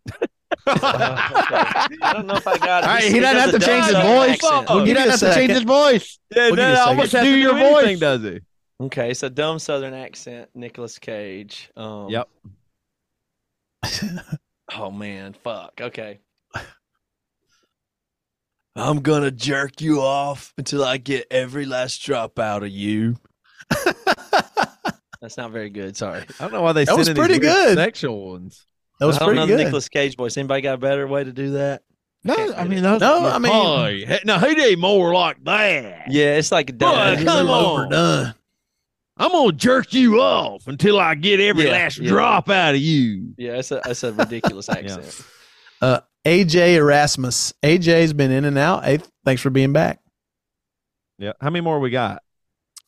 Speaker 1: I don't know if I got it.
Speaker 4: All right, he
Speaker 1: He's-
Speaker 4: doesn't
Speaker 1: does
Speaker 4: have to
Speaker 1: a
Speaker 4: change his
Speaker 1: Southern
Speaker 4: voice.
Speaker 1: accent.
Speaker 2: We'll
Speaker 4: He
Speaker 2: give you a
Speaker 4: doesn't Oh, have to
Speaker 2: second.
Speaker 4: change his voice.
Speaker 3: Yeah,
Speaker 2: We'll give you a
Speaker 3: that
Speaker 2: second.
Speaker 3: almost
Speaker 4: Do
Speaker 3: has to
Speaker 4: your
Speaker 3: do anything,
Speaker 4: voice.
Speaker 3: does he?
Speaker 1: [laughs] Okay, so dumb Southern accent, Nicolas Cage. Um,
Speaker 3: Yep.
Speaker 1: [laughs] Oh man, fuck. Okay. I'm gonna jerk you off until I get every last drop out of you. [laughs] That's not very good. Sorry.
Speaker 3: I don't know why they
Speaker 2: That
Speaker 3: sent
Speaker 2: was
Speaker 3: in these
Speaker 2: pretty
Speaker 3: weird
Speaker 2: good.
Speaker 3: sexual ones.
Speaker 2: That was
Speaker 1: I don't
Speaker 2: pretty
Speaker 1: know the
Speaker 2: good.
Speaker 1: Nicolas Cage voice. Anybody got a better way to do that?
Speaker 4: No,
Speaker 1: Can't
Speaker 4: I
Speaker 1: do
Speaker 4: mean, that was,
Speaker 2: No, I mean,
Speaker 4: Boy, he- no, he did more like that.
Speaker 1: Yeah, it's like a dumb.
Speaker 4: Boy,
Speaker 2: it's a
Speaker 1: accent.
Speaker 4: come
Speaker 2: little
Speaker 4: on.
Speaker 2: overdone.
Speaker 4: I'm gonna jerk you off until I get every
Speaker 1: Yeah,
Speaker 4: last
Speaker 1: yeah.
Speaker 4: drop out of you.
Speaker 1: Yeah, it's a
Speaker 4: [laughs]
Speaker 1: it's a ridiculous accent.
Speaker 2: AJ Erasmus. AJ's been in and out. Hey, thanks for being back.
Speaker 3: Yeah. How many more we got?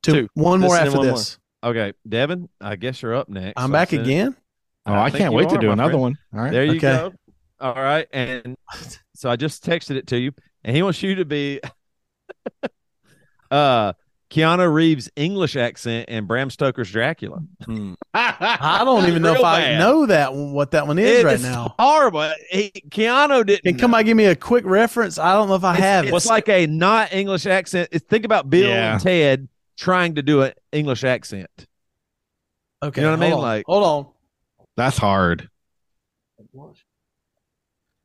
Speaker 2: Two.
Speaker 1: Two.
Speaker 2: One more
Speaker 1: This and
Speaker 2: after
Speaker 1: one more.
Speaker 2: this.
Speaker 3: Okay, Devin, I guess you're up next.
Speaker 2: I'm
Speaker 3: I
Speaker 2: back
Speaker 3: sent it-
Speaker 2: again.
Speaker 4: Oh, I,
Speaker 3: think
Speaker 4: can't
Speaker 3: you
Speaker 4: wait to
Speaker 3: are,
Speaker 4: do
Speaker 3: my
Speaker 4: another
Speaker 3: friend.
Speaker 4: one. All right.
Speaker 3: There
Speaker 4: [laughs]
Speaker 3: you
Speaker 2: Okay.
Speaker 3: go. All right. And so I just texted it to you, and he wants you to be [laughs] uh Keanu Reeves' English accent and Bram Stoker's Dracula.
Speaker 1: Hmm.
Speaker 2: I don't even know if I know that one, what that one is right now.
Speaker 3: horrible. He, Keanu didn't.
Speaker 2: Can somebody give me a quick reference? I don't know if I
Speaker 3: It's-
Speaker 2: have
Speaker 3: It's,
Speaker 2: it.
Speaker 3: like a not English accent. It's, think about Bill
Speaker 4: Yeah.
Speaker 3: and Ted trying to do an English accent.
Speaker 2: okay,
Speaker 3: you know what I mean?
Speaker 2: hold on.
Speaker 3: Like-
Speaker 2: hold on.
Speaker 4: That's hard.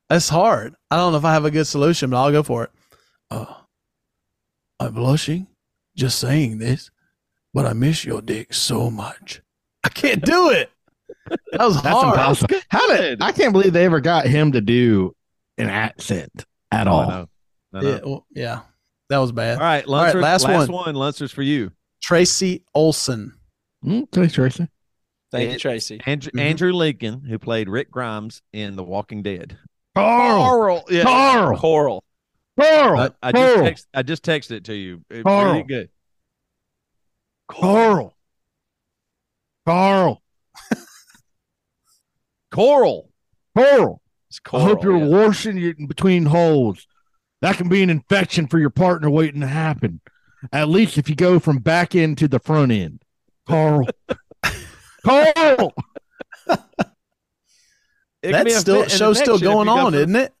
Speaker 2: That's hard. I don't know if I have a good solution, but I'll go for it. Uh, I'm blushing just saying this, but I miss your dick so much. I can't do it. That was
Speaker 4: That's
Speaker 2: hard.
Speaker 4: impossible. How did I can't believe they ever got him to do an accent at all.
Speaker 3: No, no, no.
Speaker 2: Yeah, well, yeah, that was bad.
Speaker 3: All right,
Speaker 2: right,
Speaker 3: Lunsford, last,
Speaker 2: last
Speaker 3: one.
Speaker 2: one.
Speaker 3: Lunsford's for you.
Speaker 2: Tracy Olson.
Speaker 4: Mm, thanks, Tracy.
Speaker 1: Thank
Speaker 3: Yeah.
Speaker 1: you, Tracy.
Speaker 3: Andrew,
Speaker 2: Mhm.
Speaker 3: Andrew Lincoln, who played Rick Grimes in The Walking Dead.
Speaker 4: Carl. Uh,
Speaker 3: yeah.
Speaker 4: Carl.
Speaker 1: Coral.
Speaker 4: Carl.
Speaker 3: I, I just
Speaker 4: Carl.
Speaker 3: text, I just texted it to you. It-
Speaker 4: Carl.
Speaker 3: Really good.
Speaker 4: Carl. Carl.
Speaker 3: Coral.
Speaker 4: Carl.
Speaker 1: It's
Speaker 4: I
Speaker 1: coral.
Speaker 4: hope you're
Speaker 1: yeah.
Speaker 4: washing it in between holes. That can be an infection for your partner waiting to happen. At least if you go from back end to the front end. Carl. Carl.
Speaker 3: It can be
Speaker 2: That's
Speaker 3: a
Speaker 2: still
Speaker 3: fit- an
Speaker 2: show's still
Speaker 3: infection if
Speaker 2: going
Speaker 3: you go
Speaker 2: on,
Speaker 3: from-
Speaker 2: isn't it?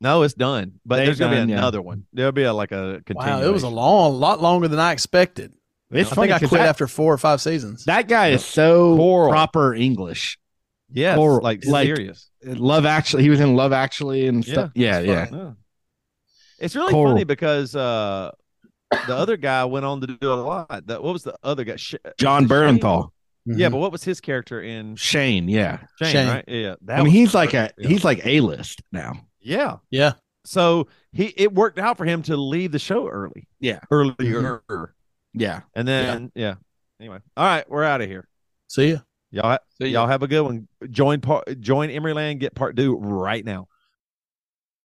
Speaker 3: No, it's done. But
Speaker 4: They've
Speaker 3: there's gonna
Speaker 4: done,
Speaker 3: be
Speaker 4: yeah.
Speaker 3: another one. There'll be a, like a continuation.
Speaker 2: Wow, it was a long, lot longer than I expected.
Speaker 4: It's
Speaker 2: I
Speaker 4: funny
Speaker 2: think I
Speaker 4: 'cause
Speaker 2: quit
Speaker 4: that,
Speaker 2: after four or five seasons.
Speaker 4: that guy is so
Speaker 3: Carl.
Speaker 4: proper English.
Speaker 3: yes,
Speaker 4: Coral.
Speaker 3: like,
Speaker 4: Like-
Speaker 3: serious.
Speaker 4: Love Actually, he was in Love Actually and stuff. Yeah,
Speaker 3: it's
Speaker 4: yeah.
Speaker 3: fun. It's really
Speaker 4: Coral.
Speaker 3: funny because uh, the other guy went on to do a lot. That what was the other guy? Sh-
Speaker 4: John Bernthal. Mm-hmm.
Speaker 3: Yeah, but what was his character in
Speaker 4: Shane, yeah.
Speaker 3: Shane?
Speaker 2: Shane.
Speaker 3: Right? Yeah, that
Speaker 4: I mean,
Speaker 3: was
Speaker 4: he's like a
Speaker 3: great. Yeah.
Speaker 4: he's like a list now.
Speaker 3: yeah,
Speaker 2: Yeah.
Speaker 3: So he it worked out for him to leave the show early.
Speaker 4: Yeah. Mm-hmm.
Speaker 3: earlier,
Speaker 4: Yeah,
Speaker 3: and then yeah. Anyway, all right, we're out of here.
Speaker 2: See ya.
Speaker 3: Y'all, ha-
Speaker 1: See ya.
Speaker 3: y'all have a good one. Join part, join Emeryland. Get part due right now.